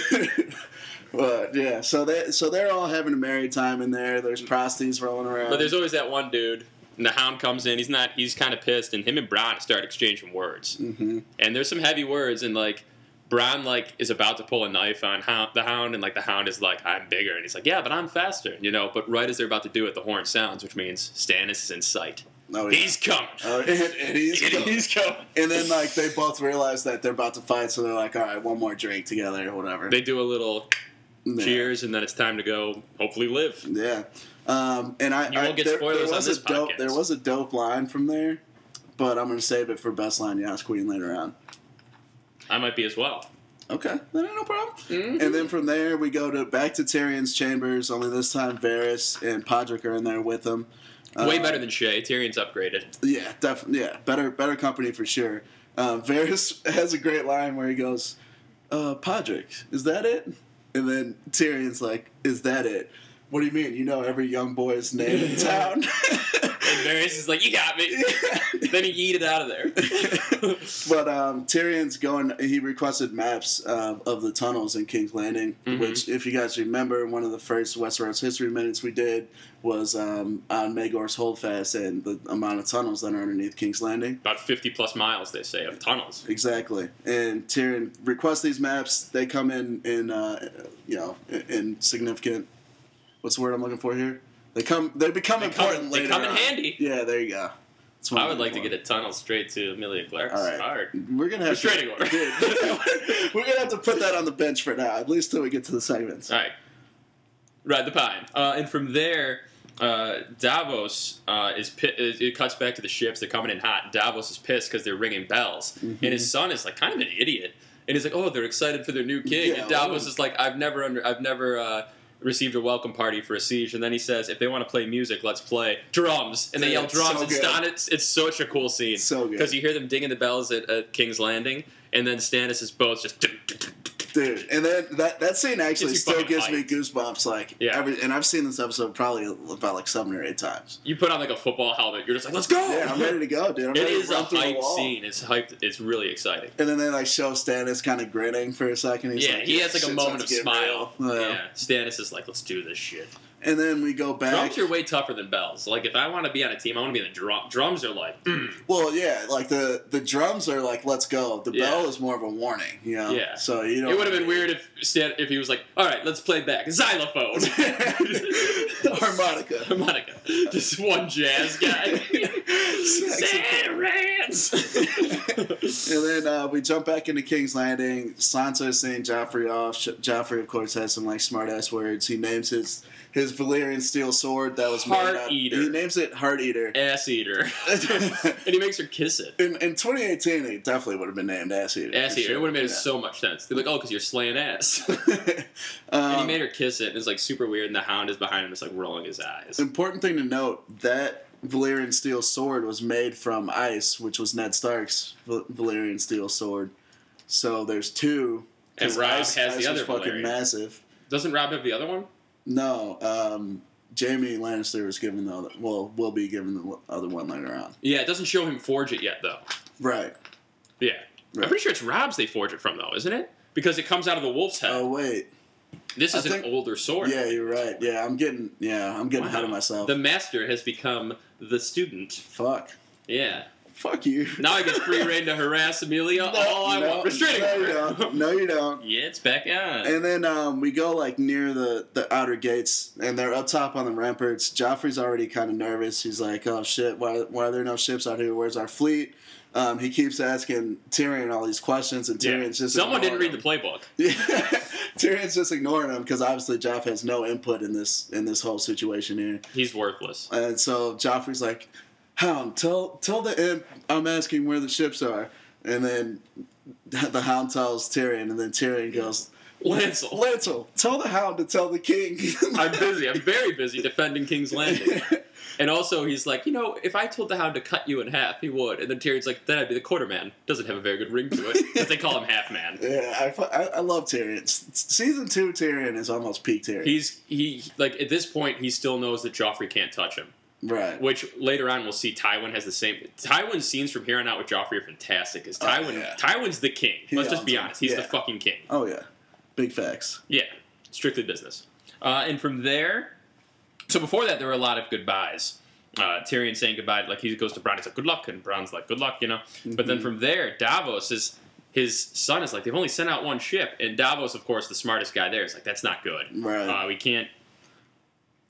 Speaker 2: <laughs> but yeah, so they so they're all having a merry time in there. There's prosties rolling around.
Speaker 1: But there's always that one dude, and the hound comes in. He's not. He's kind of pissed, and him and Bron start exchanging words.
Speaker 2: Mhm.
Speaker 1: And there's some heavy words, and like Bron like is about to pull a knife on hound, the hound, and like the hound is like, "I'm bigger," and he's like, "Yeah, but I'm faster," you know. But right as they're about to do it, the horn sounds, which means Stannis is in sight.
Speaker 2: oh, yeah.
Speaker 1: He's coming.
Speaker 2: Oh, <laughs> and, and he's
Speaker 1: And
Speaker 2: cool.
Speaker 1: he's coming.
Speaker 2: and then like they both realize that they're about to fight, so they're like, all right, one more drink together or whatever.
Speaker 1: They do a little
Speaker 2: Yeah.
Speaker 1: cheers, and then it's time to go. Hopefully, live.
Speaker 2: Yeah. Um, and I,
Speaker 1: You won't
Speaker 2: I-
Speaker 1: get
Speaker 2: there,
Speaker 1: spoilers
Speaker 2: there
Speaker 1: on
Speaker 2: was
Speaker 1: this
Speaker 2: a dope
Speaker 1: podcast.
Speaker 2: there was a dope line from there, but I'm gonna save it for best line you ask Queen later on.
Speaker 1: I might be as well.
Speaker 2: Okay, then no problem. And then from there we go to back to Tyrion's chambers. Only this time, Varys and Podrick are in there with him.
Speaker 1: Way
Speaker 2: Uh,
Speaker 1: better than Shay. Tyrion's upgraded.
Speaker 2: Yeah, definitely. Yeah, better better company for sure. Uh, Varys <laughs> has a great line where he goes, uh, "Podrick, is that it?" And then Tyrion's like, "Is that it?" What do you mean? You know every young boy's name
Speaker 1: <laughs>
Speaker 2: in town.
Speaker 1: And Varys is like, "You got
Speaker 2: <laughs>
Speaker 1: me." then he yeeted out of there.
Speaker 2: But um, Tyrion's going. He requested maps uh, of the tunnels in King's Landing,
Speaker 1: Mhm.
Speaker 2: which, if you guys remember, one of the first Westeros history minutes we did was um, on Magor's Holdfast and the amount of tunnels that are underneath King's Landing.
Speaker 1: <laughs> About 50 plus miles, they say, of tunnels.
Speaker 2: Exactly. And Tyrion requests these maps. They come in in uh, you know in- in significant. What's the word I'm looking for here? They come. They become
Speaker 1: They come-
Speaker 2: important
Speaker 1: they
Speaker 2: later.
Speaker 1: come in
Speaker 2: on.
Speaker 1: handy.
Speaker 2: Yeah, there you go. That's what
Speaker 1: I
Speaker 2: I'm
Speaker 1: would like to
Speaker 2: looking
Speaker 1: get
Speaker 2: for.
Speaker 1: a tunnel straight to Amelia Clark's
Speaker 2: All right.
Speaker 1: hard.
Speaker 2: We're gonna have
Speaker 1: Restraining order.
Speaker 2: <laughs> Dude, <laughs> we're gonna have to put that on the bench for now, at least till we get to the segments.
Speaker 1: All right. Ride the pine. Uh, and from there, uh, Davos uh, is, pi- is. It cuts back to the ships. They're coming in hot. Davos is pissed because they're ringing bells.
Speaker 2: Mm-hmm.
Speaker 1: And his son is like kind of an idiot. And he's like, oh, they're excited for their new king.
Speaker 2: Yeah, oh.
Speaker 1: and Davos
Speaker 2: well-
Speaker 1: is like, I've never under, I've never uh, received a welcome party for a siege. And then he says, if they want to play music, let's play drums. And they
Speaker 2: Dude,
Speaker 1: yell
Speaker 2: it's
Speaker 1: drums.
Speaker 2: so
Speaker 1: and
Speaker 2: good.
Speaker 1: Stan, it's, it's such a cool scene.
Speaker 2: So good.
Speaker 1: Because you hear them dinging the bells at, at King's Landing. And then Stannis' boat's just.
Speaker 2: Dude, and then that that scene actually
Speaker 1: you
Speaker 2: still
Speaker 1: fucking
Speaker 2: gives me
Speaker 1: hyped.
Speaker 2: goosebumps. Like,
Speaker 1: Yeah.
Speaker 2: every, and I've seen this episode probably about like seven or eight times.
Speaker 1: You put on like a football helmet. You're just like, let's go.
Speaker 2: Yeah, I'm ready to go, dude. I'm
Speaker 1: It
Speaker 2: ready
Speaker 1: is
Speaker 2: to
Speaker 1: a
Speaker 2: run through the
Speaker 1: hype
Speaker 2: wall.
Speaker 1: scene. It's hyped. It's really exciting.
Speaker 2: And then they like show Stannis kind of grinning for a second. He's
Speaker 1: yeah,
Speaker 2: like,
Speaker 1: he has like a
Speaker 2: shit's
Speaker 1: moment
Speaker 2: about
Speaker 1: of
Speaker 2: to get
Speaker 1: smile.
Speaker 2: real.
Speaker 1: Yeah.
Speaker 2: Yeah.
Speaker 1: Stannis is like, let's do this shit.
Speaker 2: And then we go back.
Speaker 1: Drums are way tougher than bells. Like, if I want to be on a team, I want to be in the drum. Drums are like,
Speaker 2: <clears throat>
Speaker 1: mm.
Speaker 2: Well, yeah, like the the drums are like "Let's go." The
Speaker 1: Yeah.
Speaker 2: bell is more of a warning, you know.
Speaker 1: Yeah.
Speaker 2: So you know,
Speaker 1: it would have been weird if Stan, if he was like, all right, let's play back xylophone,
Speaker 2: <laughs> Harmonica.
Speaker 1: harmonica, just one jazz guy.
Speaker 2: <laughs> Saxophone. <laughs>
Speaker 1: Sarah Rance.
Speaker 2: And then uh, we jump back into King's Landing. Sansa is saying Joffrey off. Sh- Joffrey, of course, has some like smart ass words. He names his his Valyrian steel sword that was made
Speaker 1: Heart
Speaker 2: out-
Speaker 1: Eater.
Speaker 2: He names it Heart Eater. <laughs>
Speaker 1: Ass eater. and he makes her kiss it.
Speaker 2: In, in 2018, it definitely would have been named Ass Eater.
Speaker 1: Ass
Speaker 2: for
Speaker 1: eater. It
Speaker 2: sure.
Speaker 1: would have made
Speaker 2: Yeah.
Speaker 1: so much sense. They're like, oh, because you're slaying ass. and he
Speaker 2: <laughs> Um,
Speaker 1: made her kiss it, and it's like super weird, and the hound is behind him, just like rolling his eyes.
Speaker 2: important thing to note that Valyrian steel sword was made from ice, which was Ned Stark's Val- Valyrian steel sword. So there's two. 'cause
Speaker 1: And Rob
Speaker 2: ice-
Speaker 1: has
Speaker 2: ice
Speaker 1: the other
Speaker 2: was fucking
Speaker 1: Valerian.
Speaker 2: massive.
Speaker 1: Doesn't Rob have the other one?
Speaker 2: No, um, Jamie Lannister was given the other. Well, will be given the other one later on.
Speaker 1: Yeah, it doesn't show him forge it yet, though.
Speaker 2: Right.
Speaker 1: Yeah.
Speaker 2: Right.
Speaker 1: I'm pretty sure it's Rob's they forge it from, though, isn't it? Because it comes out of the wolf's head.
Speaker 2: Oh wait.
Speaker 1: this
Speaker 2: I
Speaker 1: is
Speaker 2: think-
Speaker 1: an older sword.
Speaker 2: Yeah, you're right. Yeah, I'm getting. Yeah, I'm getting
Speaker 1: Wow.
Speaker 2: ahead of myself.
Speaker 1: The master has become the student.
Speaker 2: Fuck.
Speaker 1: Yeah.
Speaker 2: Fuck you.
Speaker 1: Now I get
Speaker 2: <laughs>
Speaker 1: free reign to harass Amelia all I want. Restraining
Speaker 2: No, you
Speaker 1: order.
Speaker 2: don't. No, you
Speaker 1: <laughs>
Speaker 2: don't.
Speaker 1: yeah, it's back on.
Speaker 2: And then um, we go like near the, the outer gates, and they're up top on the ramparts. Joffrey's already kind of nervous. He's like, "Oh shit, why, why are there no ships out here? Where's our fleet?" Um, he keeps asking Tyrion all these questions, and
Speaker 1: Yeah.
Speaker 2: Tyrion's just
Speaker 1: Someone didn't
Speaker 2: ignoring
Speaker 1: read
Speaker 2: him.
Speaker 1: the playbook.
Speaker 2: Yeah. <laughs> Tyrion's just ignoring him because obviously Joff has no input in this in this whole situation here.
Speaker 1: He's worthless.
Speaker 2: And so Joffrey's like, Hound, tell tell the imp I'm asking where the ships are. And then <laughs> the hound tells Tyrion, and then Tyrion goes,
Speaker 1: Lancel.
Speaker 2: Lancel, tell the hound to tell
Speaker 1: <laughs>
Speaker 2: the king. <laughs>
Speaker 1: I'm busy. I'm very busy defending King's Landing. And also, he's like, you know, if I told the Hound to cut you in half, he would. And then Tyrion's like, then I'd be the Quarterman. Doesn't have a very good ring to it. 'cause they call him Half
Speaker 2: <laughs>
Speaker 1: Man.
Speaker 2: yeah, I, fu- I, I love Tyrion. S- Season two Tyrion is almost peak Tyrion.
Speaker 1: He's he like at this point he still knows that Joffrey can't touch him.
Speaker 2: right.
Speaker 1: Which later on we'll see Tywin has the same. Tywin's scenes from here on out with Joffrey are fantastic. Because
Speaker 2: Oh,
Speaker 1: Tywin
Speaker 2: yeah.
Speaker 1: Tywin's the king.
Speaker 2: He
Speaker 1: Let's just
Speaker 2: owns
Speaker 1: be
Speaker 2: him.
Speaker 1: honest. He's the
Speaker 2: Yeah.
Speaker 1: fucking king.
Speaker 2: Oh yeah, big facts.
Speaker 1: Yeah, strictly business. Uh, and from there, so before that, there were a lot of goodbyes. Uh, Tyrion saying goodbye, like he goes to Bronn, he's like, good luck, and Bronn's like, good luck, you know. But
Speaker 2: Mm-hmm.
Speaker 1: then from there, Davos is, his son is like, they've only sent out one ship. And Davos, of course, the smartest guy there, is like, that's not good.
Speaker 2: Right.
Speaker 1: Uh, we can't,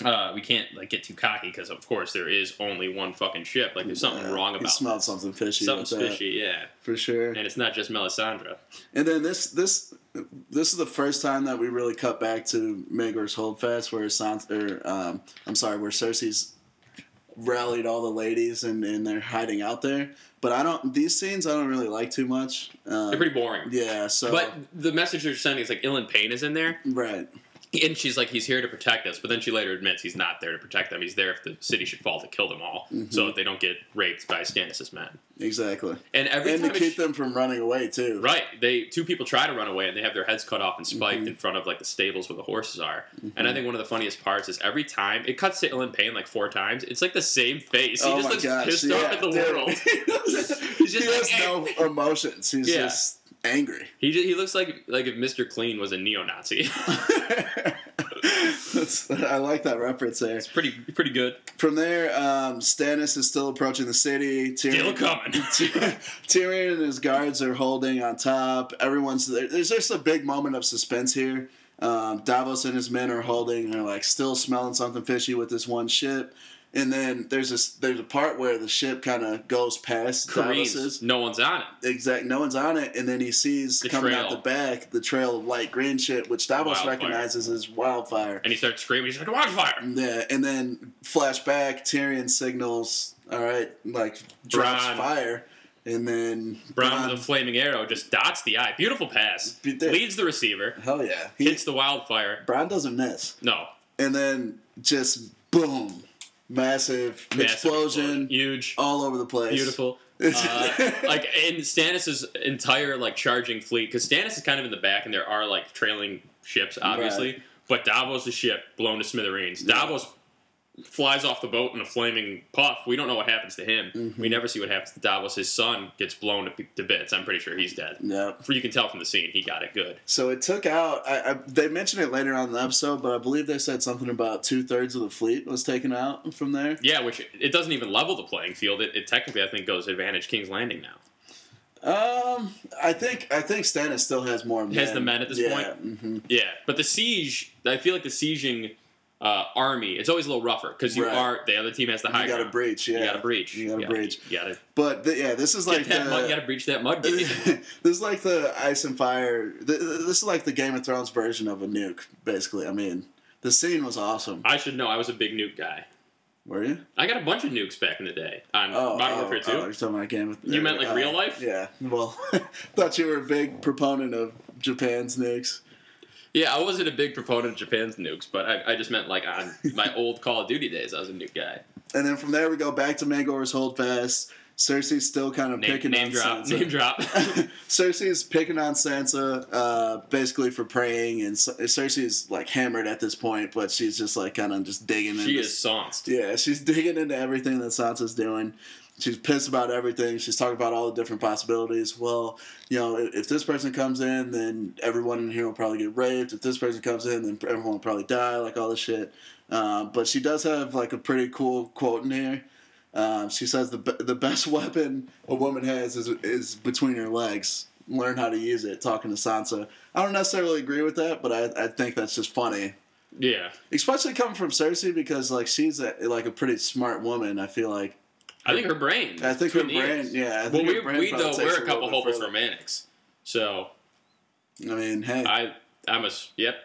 Speaker 1: uh, we can't, like, get too cocky, because, of course, there is only one fucking ship. Like, there's something
Speaker 2: Yeah,
Speaker 1: wrong
Speaker 2: He
Speaker 1: about
Speaker 2: smelled
Speaker 1: this.
Speaker 2: something fishy.
Speaker 1: Something's
Speaker 2: with that,
Speaker 1: fishy, yeah.
Speaker 2: for sure.
Speaker 1: And it's not just Melisandre.
Speaker 2: And then this this this is the first time that we really cut back to Maegor's Holdfast, where Sansa, or um, I'm sorry, where Cersei's rallied all the ladies and, and they're hiding out there. But I don't these scenes I don't really like too much. Um,
Speaker 1: They're pretty boring.
Speaker 2: yeah, so
Speaker 1: But the message they're sending is like Ilan Payne is in there,
Speaker 2: right,
Speaker 1: and she's like, he's here to protect us. But then she later admits he's not there to protect them. He's there if the city should fall to kill them all, so
Speaker 2: Mm-hmm.
Speaker 1: that they don't get raped by Stannis' men.
Speaker 2: exactly,
Speaker 1: And every
Speaker 2: and to
Speaker 1: time
Speaker 2: keep
Speaker 1: it's-
Speaker 2: them from running away too.
Speaker 1: right, they two people try to run away, and they have their heads cut off and
Speaker 2: Mm-hmm.
Speaker 1: spiked in front of like the stables where the horses are. And I think one of the funniest parts is every time it cuts to Ilan Payne like four times. It's like the same face. He
Speaker 2: oh
Speaker 1: just
Speaker 2: my
Speaker 1: looks
Speaker 2: gosh!
Speaker 1: pissed
Speaker 2: yeah,
Speaker 1: off at the
Speaker 2: dude. <laughs>
Speaker 1: world.
Speaker 2: he
Speaker 1: just
Speaker 2: has
Speaker 1: like,
Speaker 2: no emotions. He's
Speaker 1: Yeah.
Speaker 2: just angry. <laughs>
Speaker 1: He just, he looks like like if Mr. Clean was a neo-Nazi. <laughs>
Speaker 2: That's, I like that reference there.
Speaker 1: it's pretty pretty good.
Speaker 2: From there, um, Stannis is still approaching the city.
Speaker 1: Still
Speaker 2: Tyrion, <laughs>
Speaker 1: coming.
Speaker 2: Tyrion and his guards are holding on top. Everyone's there. There's just a big moment of suspense here. Um, Davos and his men are holding. They're like still smelling something fishy with this one ship. And then there's this there's a part where the ship kind of goes past
Speaker 1: Kareem's.
Speaker 2: Davos's.
Speaker 1: No one's on it.
Speaker 2: Exact. No one's on it, and then he sees
Speaker 1: The
Speaker 2: coming out
Speaker 1: trail.
Speaker 2: the back the trail of light green shit, which Davos
Speaker 1: Wildfire.
Speaker 2: recognizes as wildfire.
Speaker 1: And he starts screaming. He's like, "Wildfire!"
Speaker 2: Yeah, and then flashback. Tyrion signals, "All right, like drops
Speaker 1: Bronn.
Speaker 2: fire," and then
Speaker 1: Brown
Speaker 2: Bronn-
Speaker 1: with a flaming arrow just dots the eye. Beautiful pass.
Speaker 2: Be there.
Speaker 1: Leads the receiver.
Speaker 2: hell yeah, he,
Speaker 1: Hits the wildfire.
Speaker 2: Bronn doesn't miss,
Speaker 1: No.
Speaker 2: and then just boom, massive,
Speaker 1: Massive
Speaker 2: explosion, Oh,
Speaker 1: Huge.
Speaker 2: all over the place. <laughs>
Speaker 1: Beautiful. Uh, like in Stannis's entire like charging fleet, because Stannis is kind of in the back, and there are like trailing ships, obviously. But Davos' ship blown to smithereens.
Speaker 2: Yeah.
Speaker 1: Davos flies off the boat in a flaming puff. We don't know what happens to him.
Speaker 2: Mm-hmm.
Speaker 1: We never see what happens to Davos. His son gets blown to, to bits. I'm pretty sure he's dead.
Speaker 2: Yeah.
Speaker 1: For you can tell from the scene, he got it good.
Speaker 2: So it took out. I, I, they mentioned it later on in the episode, but I believe they said something about two thirds of the fleet was taken out from there.
Speaker 1: Yeah, which it doesn't even level the playing field. It, it technically, I think, goes advantage King's Landing now.
Speaker 2: Um, I think I think Stannis still has more. Men.
Speaker 1: Has the men at this
Speaker 2: yeah,
Speaker 1: point?
Speaker 2: mhm.
Speaker 1: Yeah, but the siege, I feel like the sieging uh, Army, it's always a little rougher because you
Speaker 2: Right.
Speaker 1: are the other team has the high
Speaker 2: You got to
Speaker 1: ground.
Speaker 2: breach. Yeah.
Speaker 1: You got to breach.
Speaker 2: You gotta
Speaker 1: yeah.
Speaker 2: breach.
Speaker 1: You got to
Speaker 2: But th- yeah, this is like
Speaker 1: get that
Speaker 2: the,
Speaker 1: mud. You got to breach that mud. gate.
Speaker 2: <laughs> this is like the ice and fire. th- th- This is like the Game of Thrones version of a nuke, basically. I mean, the scene was awesome.
Speaker 1: I should know. I was a big nuke guy.
Speaker 2: Were you?
Speaker 1: I got a bunch of nukes back in the day on
Speaker 2: Oh,
Speaker 1: Uh, Modern
Speaker 2: oh,
Speaker 1: Warfare Two.
Speaker 2: oh, you're talking about Game of
Speaker 1: You meant, like,
Speaker 2: uh,
Speaker 1: real life?
Speaker 2: Yeah. Well, <laughs> thought you were a big proponent of Japan's nukes.
Speaker 1: Yeah, I wasn't a big proponent of Japan's nukes, but I, I just meant like on
Speaker 2: <laughs>
Speaker 1: my old Call of Duty days, I was a nuke guy.
Speaker 2: And then from there we go back to Mangor's Hold Fast. Cersei's still kind of
Speaker 1: Name,
Speaker 2: picking
Speaker 1: name
Speaker 2: on
Speaker 1: drop,
Speaker 2: Sansa.
Speaker 1: name
Speaker 2: <laughs>
Speaker 1: drop.
Speaker 2: Cersei's picking on Sansa, uh, basically for praying, and Cer- Cersei's like hammered at this point, but she's just like kind of just digging.
Speaker 1: she
Speaker 2: into
Speaker 1: is saunced.
Speaker 2: Yeah, she's digging into everything that Sansa's doing. She's pissed about everything. She's talking about all the different possibilities. Well, you know, if, if this person comes in, then everyone in here will probably get raped. If this person comes in, then everyone will probably die, like all this shit. Uh, but she does have like a pretty cool quote in here. Um, she says the be- the best <laughs> weapon a woman has is is between her legs. Learn how to use it. Talking to Sansa, I don't necessarily agree with that, but I, I think that's just funny
Speaker 1: Yeah,
Speaker 2: especially coming from Cersei because like she's a, like a pretty smart woman. I feel like
Speaker 1: I think her brain.
Speaker 2: I think her
Speaker 1: between the
Speaker 2: brain,
Speaker 1: ears.
Speaker 2: yeah. I
Speaker 1: Well,
Speaker 2: think
Speaker 1: we,
Speaker 2: her brain
Speaker 1: we
Speaker 2: probably
Speaker 1: though
Speaker 2: takes
Speaker 1: we're a
Speaker 2: little
Speaker 1: couple
Speaker 2: bit
Speaker 1: hopeless
Speaker 2: further.
Speaker 1: romantics, so
Speaker 2: I mean, hey, <laughs>
Speaker 1: I I'm a s- yep.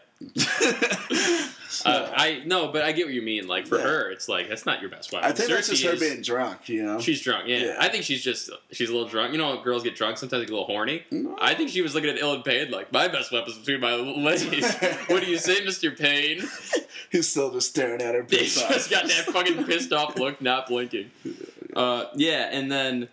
Speaker 2: So,
Speaker 1: Uh, I no, but I get what you mean. Like for
Speaker 2: Yeah.
Speaker 1: her, it's like that's not your best weapon.
Speaker 2: I think that's just
Speaker 1: Cersei
Speaker 2: her
Speaker 1: is-
Speaker 2: being drunk, you know.
Speaker 1: She's drunk. Yeah.
Speaker 2: Yeah.
Speaker 1: I think she's just she's a little drunk. You know, when girls get drunk sometimes they get a little horny.
Speaker 2: No.
Speaker 1: I think she was looking at Ellen Payne like my best weapon's between my
Speaker 2: <laughs>
Speaker 1: legs. what do you say, Mister Payne?
Speaker 2: He's still just
Speaker 1: <laughs>
Speaker 2: staring at her.
Speaker 1: They
Speaker 2: pissed off.
Speaker 1: just
Speaker 2: <laughs>
Speaker 1: got that fucking pissed off look, not blinking. Uh, yeah, and then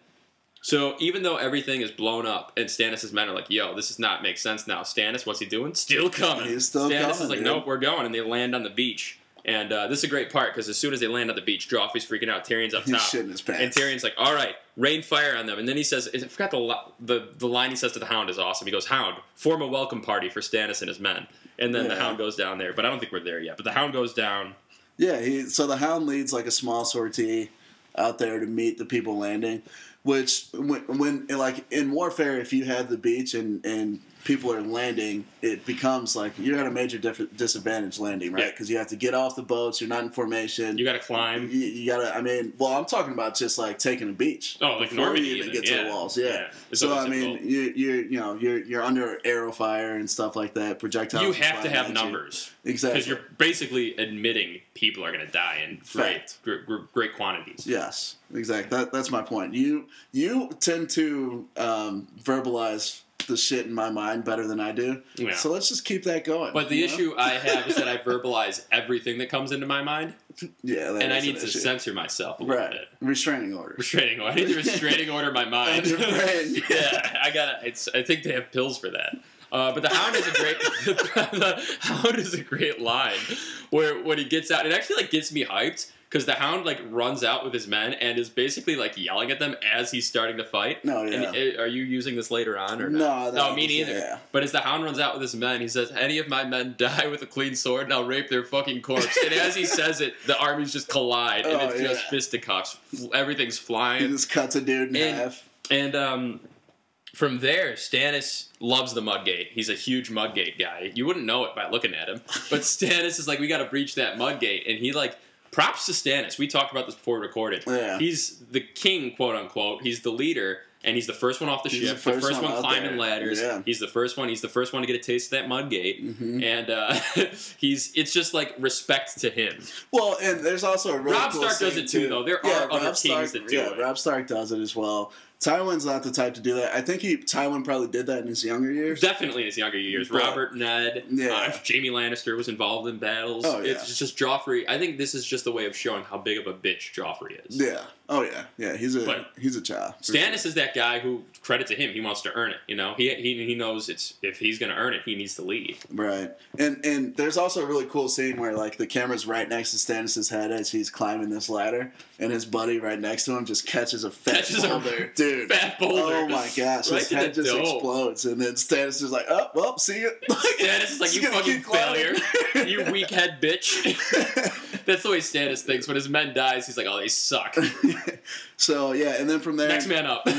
Speaker 1: so even though everything is blown up and Stannis' men are like, "Yo, this does not make sense now." Stannis, what's he doing? Still coming.
Speaker 2: He's still
Speaker 1: Stannis is
Speaker 2: coming,
Speaker 1: like,
Speaker 2: dude.
Speaker 1: "Nope, we're going," and they land on the beach. And uh, this is a great part because as soon as they land on the beach, Joffrey's freaking out. Tyrion's up
Speaker 2: He's
Speaker 1: top.
Speaker 2: shitting his pants.
Speaker 1: And Tyrion's like, "All right, rain fire on them." And then he says, "I forgot the li- the the line he says to the Hound is awesome." He goes, "Hound, form a welcome party for Stannis and his men." And then the
Speaker 2: Yeah.
Speaker 1: Hound goes down there, but I don't think we're there yet. But the Hound goes down.
Speaker 2: Yeah, he, so the Hound leads like a small sortie out there to meet the people landing, which when, when like in warfare, if you have the beach and and people are landing, it becomes like you're at a major diff- disadvantage landing, right?
Speaker 1: Yeah.
Speaker 2: Because you have to get off the boats, you're not in formation.
Speaker 1: You
Speaker 2: You,
Speaker 1: got to climb.
Speaker 2: you gotta, I mean, well, I'm talking about just like taking a beach.
Speaker 1: Oh, like
Speaker 2: before
Speaker 1: Normandy
Speaker 2: you even
Speaker 1: even,
Speaker 2: get to
Speaker 1: yeah.
Speaker 2: the walls, yeah.
Speaker 1: Yeah, it's
Speaker 2: So
Speaker 1: always
Speaker 2: I mean,
Speaker 1: difficult.
Speaker 2: you you you know you're you're under arrow fire and stuff like that. Projectiles.
Speaker 1: you
Speaker 2: are
Speaker 1: have to
Speaker 2: flying at
Speaker 1: have
Speaker 2: you.
Speaker 1: numbers
Speaker 2: exactly.
Speaker 1: because you're basically admitting people are going to die in great,
Speaker 2: Fact.
Speaker 1: great, great quantities.
Speaker 2: Yes, exactly. That, that's my point. You you tend to um, verbalize the shit in my mind better than I do.
Speaker 1: Yeah.
Speaker 2: So let's just keep that going.
Speaker 1: But the
Speaker 2: you know?
Speaker 1: issue I have is that I verbalize everything that comes into my mind,
Speaker 2: yeah, that
Speaker 1: and I
Speaker 2: is
Speaker 1: need
Speaker 2: an
Speaker 1: to
Speaker 2: issue.
Speaker 1: censor myself a little
Speaker 2: right
Speaker 1: bit.
Speaker 2: restraining order.
Speaker 1: Restraining order. I need to restraining order my mind.
Speaker 2: On your brain.
Speaker 1: <laughs> yeah, I gotta. It's, I think they have pills for that. Uh, but the hound is a great. <laughs> the hound is a great line where when he gets out, it actually like gets me hyped because the hound like runs out with his men and is basically like yelling at them as he's starting to fight.
Speaker 2: No,
Speaker 1: And
Speaker 2: yeah.
Speaker 1: i- are you using this later on or
Speaker 2: No,
Speaker 1: not?
Speaker 2: that
Speaker 1: no, me
Speaker 2: was-
Speaker 1: neither.
Speaker 2: yeah.
Speaker 1: But as the hound runs out with his men, he says, "Any of my men <laughs> die with a clean sword, and I'll rape their fucking corpse." and as he says it, the armies just collide, and
Speaker 2: Oh,
Speaker 1: it's just
Speaker 2: yeah.
Speaker 1: fisticuffs. F- Everything's
Speaker 2: He
Speaker 1: flying,
Speaker 2: just cuts a dude in
Speaker 1: And-
Speaker 2: half.
Speaker 1: and um, from there, Stannis loves the Mudgate. He's a huge Mudgate guy. You wouldn't know it by looking at him, but
Speaker 2: <laughs>
Speaker 1: Stannis is like, "We got to breach that Mudgate," and he like. Props to Stannis. We talked about this before we recorded.
Speaker 2: Yeah.
Speaker 1: He's the king, quote unquote. He's the leader, and he's the first one off the
Speaker 2: He's
Speaker 1: ship.
Speaker 2: the first one
Speaker 1: one,
Speaker 2: out
Speaker 1: climbing
Speaker 2: there.
Speaker 1: ladders.
Speaker 2: Yeah.
Speaker 1: He's the first one. He's the first one to get a taste of that Mudgate,
Speaker 2: Mhm.
Speaker 1: and uh, <laughs> he's. It's just like respect to him.
Speaker 2: Well, and there's also a really
Speaker 1: Robb
Speaker 2: cool
Speaker 1: Stark does
Speaker 2: scene,
Speaker 1: it too, though. There are other kings that do
Speaker 2: yeah,
Speaker 1: it.
Speaker 2: Rob Stark does it as well. Tywin's not the type to do that. I think he Tywin probably did that in his younger years.
Speaker 1: Definitely in his younger years.
Speaker 2: But-
Speaker 1: Robert, Ned,
Speaker 2: Yeah.
Speaker 1: uh, Jamie Lannister was involved in battles.
Speaker 2: Oh, yeah.
Speaker 1: It's just Joffrey. I think this is just a way of showing how big of a bitch Joffrey is.
Speaker 2: yeah. Oh yeah. Yeah. He's a
Speaker 1: But
Speaker 2: he's a child. for sure.
Speaker 1: Stannis is that guy who credit to him. He wants to earn it. You know, he he, he knows it's if he's going to earn it, he needs to lead.
Speaker 2: Right, and and there's also a really cool scene where like the camera's right next to Stannis' head as he's climbing this ladder, and his buddy right next to him just catches a fat
Speaker 1: Catches a
Speaker 2: boulder, dude.
Speaker 1: <laughs> Fat boulder.
Speaker 2: Oh my gosh,
Speaker 1: Right
Speaker 2: his
Speaker 1: to
Speaker 2: head
Speaker 1: the
Speaker 2: just
Speaker 1: dome.
Speaker 2: explodes, and then Stannis is <laughs> like, "Oh, well, see you."
Speaker 1: Stannis is like you
Speaker 2: He's gonna
Speaker 1: fucking <laughs>
Speaker 2: keep climbing." <laughs>
Speaker 1: failure, you weak head bitch. <laughs> That's the way Stannis thinks. When his men dies, he's like, "Oh, they
Speaker 2: <laughs>
Speaker 1: suck."
Speaker 2: so yeah, and then from there,
Speaker 1: Next man up.
Speaker 2: <laughs>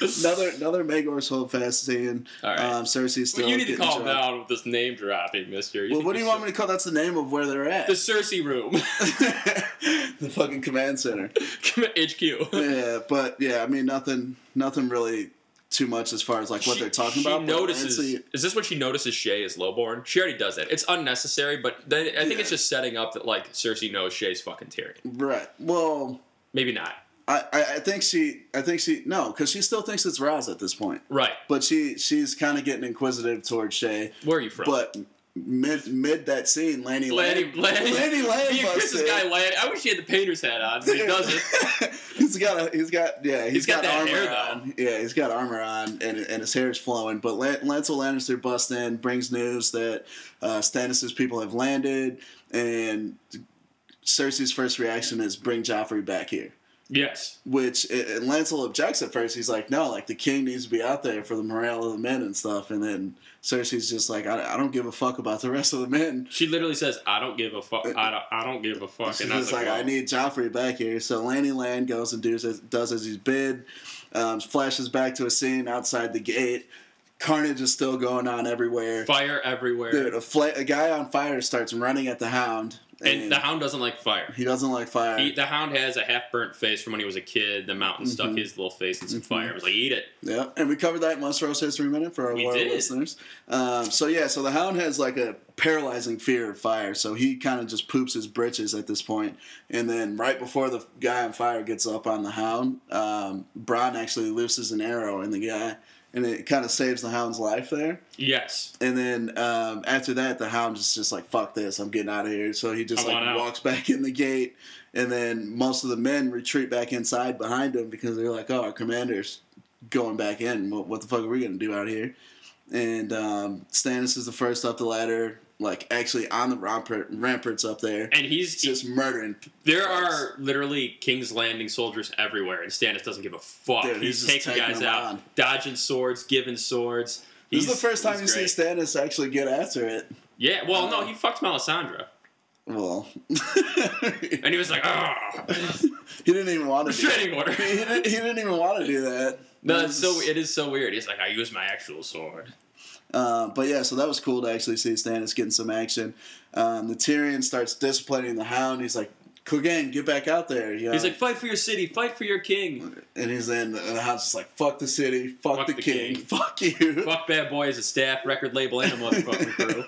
Speaker 2: Uh, another another Megor's holdfast scene.
Speaker 1: All right.
Speaker 2: Um, Cersei's still.
Speaker 1: you need to
Speaker 2: getting
Speaker 1: calm
Speaker 2: drunk.
Speaker 1: down with this name dropping, Mister.
Speaker 2: Well, what do you want me to call? That's the name of where they're at.
Speaker 1: The Cersei room,
Speaker 2: <laughs>
Speaker 1: <laughs>
Speaker 2: the fucking command center.
Speaker 1: HQ.
Speaker 2: Yeah, but yeah, I mean nothing, nothing really too much as far as like what
Speaker 1: She-
Speaker 2: they're talking
Speaker 1: she
Speaker 2: about. but
Speaker 1: notices.
Speaker 2: Lancy-
Speaker 1: Is this when she notices Shay is lowborn? She already does it. It's unnecessary, but then I think
Speaker 2: Yeah.
Speaker 1: it's just setting up that like Cersei knows Shay's fucking Tyrion.
Speaker 2: right? Well,
Speaker 1: Maybe not.
Speaker 2: I, I, I think she, I think she, no, because she still thinks it's Roz at this point,
Speaker 1: Right.
Speaker 2: but she, she's kind of getting inquisitive towards Shay.
Speaker 1: Where are you from?
Speaker 2: But mid mid that scene, Lanny
Speaker 1: Lanny, Lanny,
Speaker 2: Lanny Land
Speaker 1: <laughs> Me and
Speaker 2: busts
Speaker 1: Chris's
Speaker 2: in.
Speaker 1: guy Lanny. I wish he had the painter's hat on,
Speaker 2: <laughs>
Speaker 1: but he doesn't.
Speaker 2: he's got a he's got yeah
Speaker 1: He's got that
Speaker 2: armor
Speaker 1: hair, though.
Speaker 2: on yeah he's got armor on and and his hair is flowing. But Lan- Lancel Lannister busts in, brings news that uh, Stannis's people have landed, and Cersei's first reaction is bring Joffrey back here.
Speaker 1: Yes.
Speaker 2: Which and Lancel objects at first. He's like, "No, like the king needs to be out there for the morale of the men and stuff." And then Cersei's just like, "I, I don't give a fuck about the rest of the men."
Speaker 1: She literally says, "I don't give a fuck. I don't. I don't give a fuck."
Speaker 2: She's
Speaker 1: and I was
Speaker 2: just like, I
Speaker 1: wow.
Speaker 2: need Joffrey back here. So Lanny Land goes and does as, does as he's bid, um, flashes back to a scene outside the gate. Carnage is still going on everywhere.
Speaker 1: fire everywhere,
Speaker 2: Dude, a, fla- a guy on fire starts running at the hound.
Speaker 1: and, the hound doesn't like fire.
Speaker 2: he doesn't like fire.
Speaker 1: He, the hound has a half burnt face from when he was a kid. The mountain stuck
Speaker 2: Mm-hmm.
Speaker 1: his little face in some fire. I was like, "Eat it."
Speaker 2: Yeah, and we covered that in Monstrous History Minute for our
Speaker 1: We
Speaker 2: loyal
Speaker 1: did.
Speaker 2: listeners. Um, so yeah, so the Hound has like a paralyzing fear of fire, so he kind of just poops his britches at this point. And then right before the guy on fire gets up on the Hound, um, Bron actually looses an arrow in the guy, and it kind of saves the Hound's life there.
Speaker 1: Yes.
Speaker 2: And then um, after that, the Hound is just like, "Fuck this, I'm getting out of here." So he just
Speaker 1: I'm on
Speaker 2: like
Speaker 1: out.
Speaker 2: walks back in the gate, and then most of the men retreat back inside behind him because they're like, "Oh, our commander's going back in. What, what the fuck are we gonna do out here?" And um, Stannis is the first up the ladder, like actually on the rampart, ramparts up there,
Speaker 1: And he's
Speaker 2: just murdering.
Speaker 1: there are literally King's Landing soldiers everywhere, and Stannis doesn't give a fuck.
Speaker 2: Dude,
Speaker 1: he's
Speaker 2: he's just
Speaker 1: taking
Speaker 2: taking
Speaker 1: guys
Speaker 2: them
Speaker 1: out,
Speaker 2: on.
Speaker 1: dodging swords, giving swords.
Speaker 2: This is
Speaker 1: He's-
Speaker 2: the first time you
Speaker 1: he's great.
Speaker 2: see Uh-huh. Stannis actually get after it.
Speaker 1: Yeah. Well, no, he fucked Melisandre,
Speaker 2: Well, <laughs> he
Speaker 1: and he was like, "Ah,
Speaker 2: <laughs>
Speaker 1: <laughs>
Speaker 2: didn't even want to. Do that.
Speaker 1: restraining order."
Speaker 2: He didn't, he didn't even want to do that.
Speaker 1: No,
Speaker 2: It
Speaker 1: it's
Speaker 2: was
Speaker 1: so
Speaker 2: just-
Speaker 1: it is so weird. He's like, I use my actual sword.
Speaker 2: Uh, but yeah, so that was cool to actually see Stannis getting some action. Um, the Tyrion starts disciplining the Hound. He's like, "Clegane, get back out there!" You know?
Speaker 1: He's like, fight for your city, fight for your king.
Speaker 2: <laughs> and he's then and the Hound's just like, "Fuck the city, fuck,
Speaker 1: Fuck
Speaker 2: the,
Speaker 1: the
Speaker 2: king.
Speaker 1: king.
Speaker 2: <laughs> fuck you."
Speaker 1: Fuck Bad Boy is a staff, record label, and a motherfucking crew.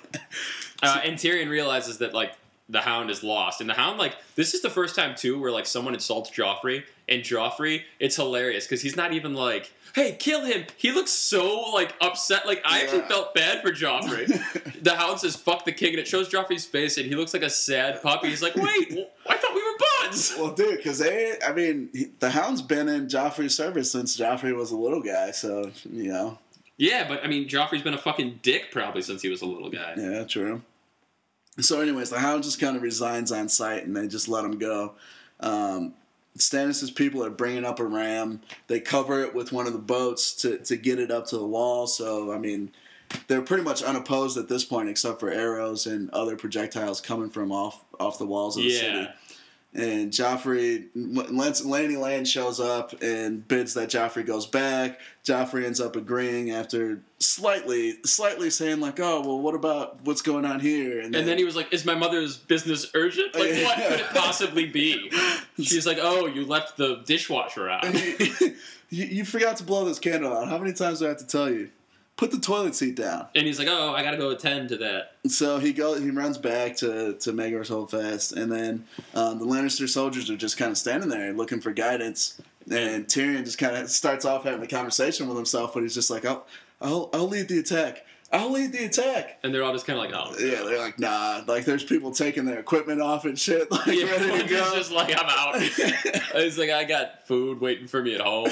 Speaker 1: Uh, and Tyrion realizes that like the Hound is lost, and the Hound like this is the first time too where like someone insults Joffrey, and Joffrey it's hilarious because he's not even like, hey, kill him. He looks so like upset. Like I actually
Speaker 2: Yeah.
Speaker 1: felt bad for
Speaker 2: <laughs>
Speaker 1: Joffrey. the Hound says fuck the king, and it shows Joffrey's face, and he looks like a sad puppy. He's like, wait, wh- I thought we were buds.
Speaker 2: well, dude, because they, I mean, he, the Hound's been in Joffrey's service since Joffrey was a little guy. So you know,
Speaker 1: Yeah, but I mean, Joffrey's been a fucking dick probably since he was a little guy.
Speaker 2: yeah, true. So, anyways, the Hound just kind of resigns on sight, and they just let him go. Um, Stannis' people are bringing up a ram. They cover it with one of the boats to, to get it up to the wall. So, I mean, they're pretty much unopposed at this point, except for arrows and other projectiles coming from off off the walls of the city.
Speaker 1: Yeah,
Speaker 2: And Joffrey, Lance, Lanny Land shows up and bids that Joffrey goes back. Joffrey ends up agreeing after slightly, slightly saying like, "Oh, well, what about what's going on here?"
Speaker 1: and then he was like, "Is my mother's business urgent? Like, what could it possibly
Speaker 2: <laughs>
Speaker 1: be?" She's like, "Oh, you left the dishwasher out."
Speaker 2: you, <laughs> you forgot to blow this candle out. How many times do I have to tell you? Put the toilet seat down.
Speaker 1: And he's like, "Oh, I gotta go attend to that."
Speaker 2: So he goes. He runs back to to Megor's Holdfast, and then um, the Lannister soldiers are just kind of standing there looking for guidance. And Tyrion just kind of starts off having a conversation with himself, but he's just like, "I'll, I'll, I'll lead the attack. I'll lead the attack."
Speaker 1: And they're all just kind of like,
Speaker 2: <laughs>
Speaker 1: "Oh,
Speaker 2: Yeah, they're like, "Nah." Like, there's people taking their equipment off and shit, <laughs> like
Speaker 1: yeah."
Speaker 2: ready to
Speaker 1: He's
Speaker 2: go.
Speaker 1: just like, "I'm
Speaker 2: <laughs>
Speaker 1: out." He's like, "I got food waiting for me at home."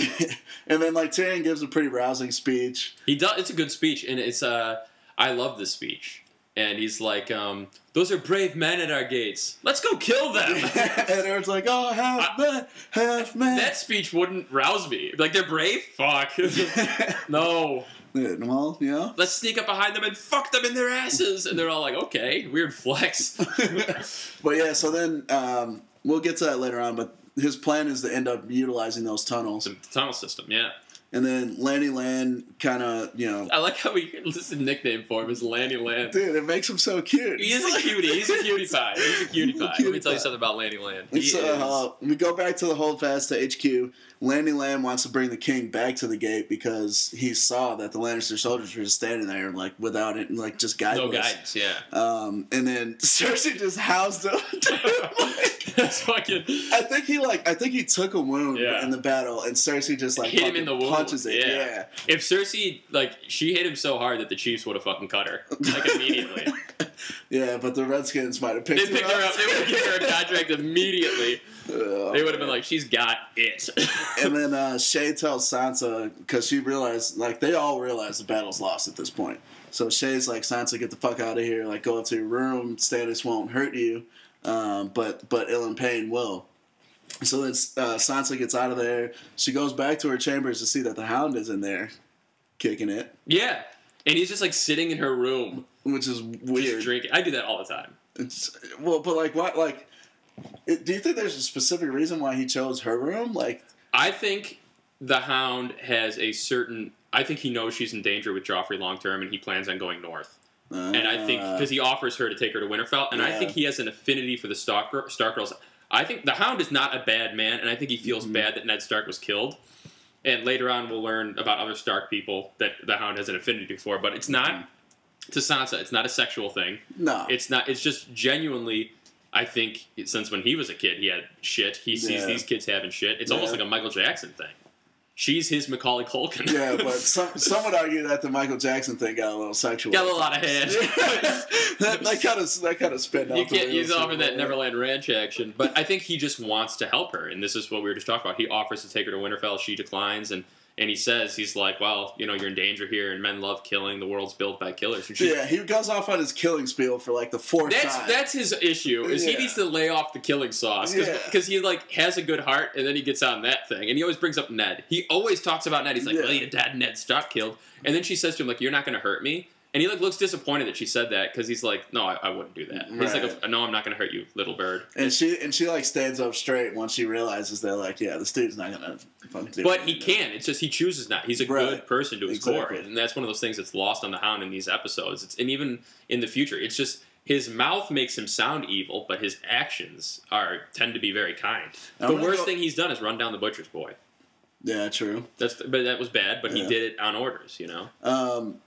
Speaker 2: and then like Tyrion gives a pretty rousing speech. <laughs>
Speaker 1: He does. It's a good speech, and it's uh, I love this speech. And he's like, um, "Those are brave men at our gates. Let's go kill <laughs> them."
Speaker 2: <laughs> and everyone's like, "Oh, half man, half man."
Speaker 1: That speech wouldn't rouse me. Like they're brave. Fuck. <laughs> no.
Speaker 2: <laughs> Yeah, well, yeah.
Speaker 1: Let's sneak up behind them and fuck them in their asses. And they're all like, okay, weird
Speaker 2: <laughs>
Speaker 1: flex.
Speaker 2: But yeah, so then um, we'll get to that later on. But his plan is to end up utilizing those tunnels,
Speaker 1: the tunnel system, yeah.
Speaker 2: and then Lanny Land kind of you know,
Speaker 1: I like how we this is a nickname for him is Lanny Land.
Speaker 2: dude, it makes him so cute.
Speaker 1: He is a cutie.
Speaker 2: <laughs>
Speaker 1: He's a cutie pie. He's a cutie
Speaker 2: He's a
Speaker 1: pie. Let
Speaker 2: cutie
Speaker 1: me tell you
Speaker 2: pie.
Speaker 1: something about Lanny Land. He
Speaker 2: And so, uh, we go back to the hold fast to HQ. Lanny Land wants to bring the king back to the gate because he saw that the Lannister soldiers were just standing there, like without it, like just
Speaker 1: is no
Speaker 2: guideless.
Speaker 1: guidance, yeah.
Speaker 2: <laughs> Um, and then <laughs> Cersei just housed him. Oh
Speaker 1: <laughs>
Speaker 2: <laughs>
Speaker 1: That's fucking
Speaker 2: I think he like I think he took a wound
Speaker 1: Yeah.
Speaker 2: in the battle, and Cersei just like
Speaker 1: Hit him
Speaker 2: fucking
Speaker 1: in the wound,
Speaker 2: punches it.
Speaker 1: yeah.
Speaker 2: Yeah.
Speaker 1: if Cersei like she hit him so hard that the Chiefs would have fucking cut her. Like
Speaker 2: <laughs>
Speaker 1: immediately.
Speaker 2: yeah, But the Redskins might have
Speaker 1: they
Speaker 2: picked,
Speaker 1: picked her up, they would have <laughs> given her a contract immediately. They would have been like, She's got it. <laughs>
Speaker 2: And then uh, Shay tells Sansa because she realized, like, they all realize the battle's lost at this point. So Shay's like, Sansa, get the fuck out of here. Like, go up to your room. Stannis won't hurt you, um, but but Ill and Payne will. So then uh, Sansa gets out of there. She goes back to her chambers to see that the Hound is in there, kicking it,
Speaker 1: yeah. And he's just like sitting in her room
Speaker 2: which is
Speaker 1: just
Speaker 2: weird.
Speaker 1: drinking. I do that all the time.
Speaker 2: It's, well, but like, what, like, it, do you think there's a specific reason why he chose her room? Like,
Speaker 1: I think the Hound has a certain. I think he knows she's in danger with Joffrey long term, and he plans on going north. And I think
Speaker 2: uh,
Speaker 1: because he offers her to take her to Winterfell, and I
Speaker 2: Yeah.
Speaker 1: think he has an affinity for the Stark, Stark girls. I think the Hound is not a bad man, and I think he feels
Speaker 2: Mhm.
Speaker 1: bad that Ned Stark was killed. And later on, we'll learn about other Stark people that the Hound has an affinity for, but it's not
Speaker 2: Mm-hmm.
Speaker 1: to Sansa. It's not a sexual thing.
Speaker 2: no,
Speaker 1: It's not. It's just genuinely. I think since when he was a kid, he had shit. He sees
Speaker 2: Yeah.
Speaker 1: these kids having shit. It's almost
Speaker 2: Yeah.
Speaker 1: like a Michael Jackson thing. She's his Macaulay Culkin. <laughs>
Speaker 2: Yeah, but some some would argue that the Michael Jackson thing got a little sexual.
Speaker 1: got a lot of head.
Speaker 2: <laughs>
Speaker 1: <laughs>
Speaker 2: that, that kind of that kind of spin.
Speaker 1: you can't use over that Neverland Ranch action. But I think he just wants to help her, and this is what we were just talking about. He offers to take her to Winterfell. She declines, and and he says he's like, well, you know, you're in danger here, and men love killing. The world's built by killers. And she,
Speaker 2: Yeah, he goes off on his killing spiel for like the fourth
Speaker 1: That's
Speaker 2: time.
Speaker 1: that's his issue. Is
Speaker 2: Yeah.
Speaker 1: he needs to lay off the killing sauce
Speaker 2: Yeah.
Speaker 1: because he like has a good heart, and then he gets on that thing, and he always brings up Ned. He always talks about Ned. He's like,
Speaker 2: Yeah.
Speaker 1: "Well, your dad Ned Stark killed," and then she says to him like, "You're not going to hurt me," and he like looks disappointed that she said that because he's like, "No, I, I wouldn't do that." He's
Speaker 2: Right.
Speaker 1: like, "No, I'm not going to hurt you, little bird."
Speaker 2: and she and she like stands up straight once she realizes that like yeah this dude's not gonna fucking do
Speaker 1: But
Speaker 2: it.
Speaker 1: he can. It's just he chooses not. He's a
Speaker 2: Right.
Speaker 1: good person to his core,
Speaker 2: Exactly.
Speaker 1: and that's one of those things that's lost on the Hound in these episodes. It's and even in the future, it's just. His mouth makes him sound evil, but his actions are tend to be very kind.
Speaker 2: I'm
Speaker 1: the
Speaker 2: gonna
Speaker 1: worst
Speaker 2: go-
Speaker 1: thing he's done is run down the butcher's boy.
Speaker 2: Yeah, true.
Speaker 1: That's but that was bad. But
Speaker 2: Yeah.
Speaker 1: he did it on orders, you know.
Speaker 2: Um,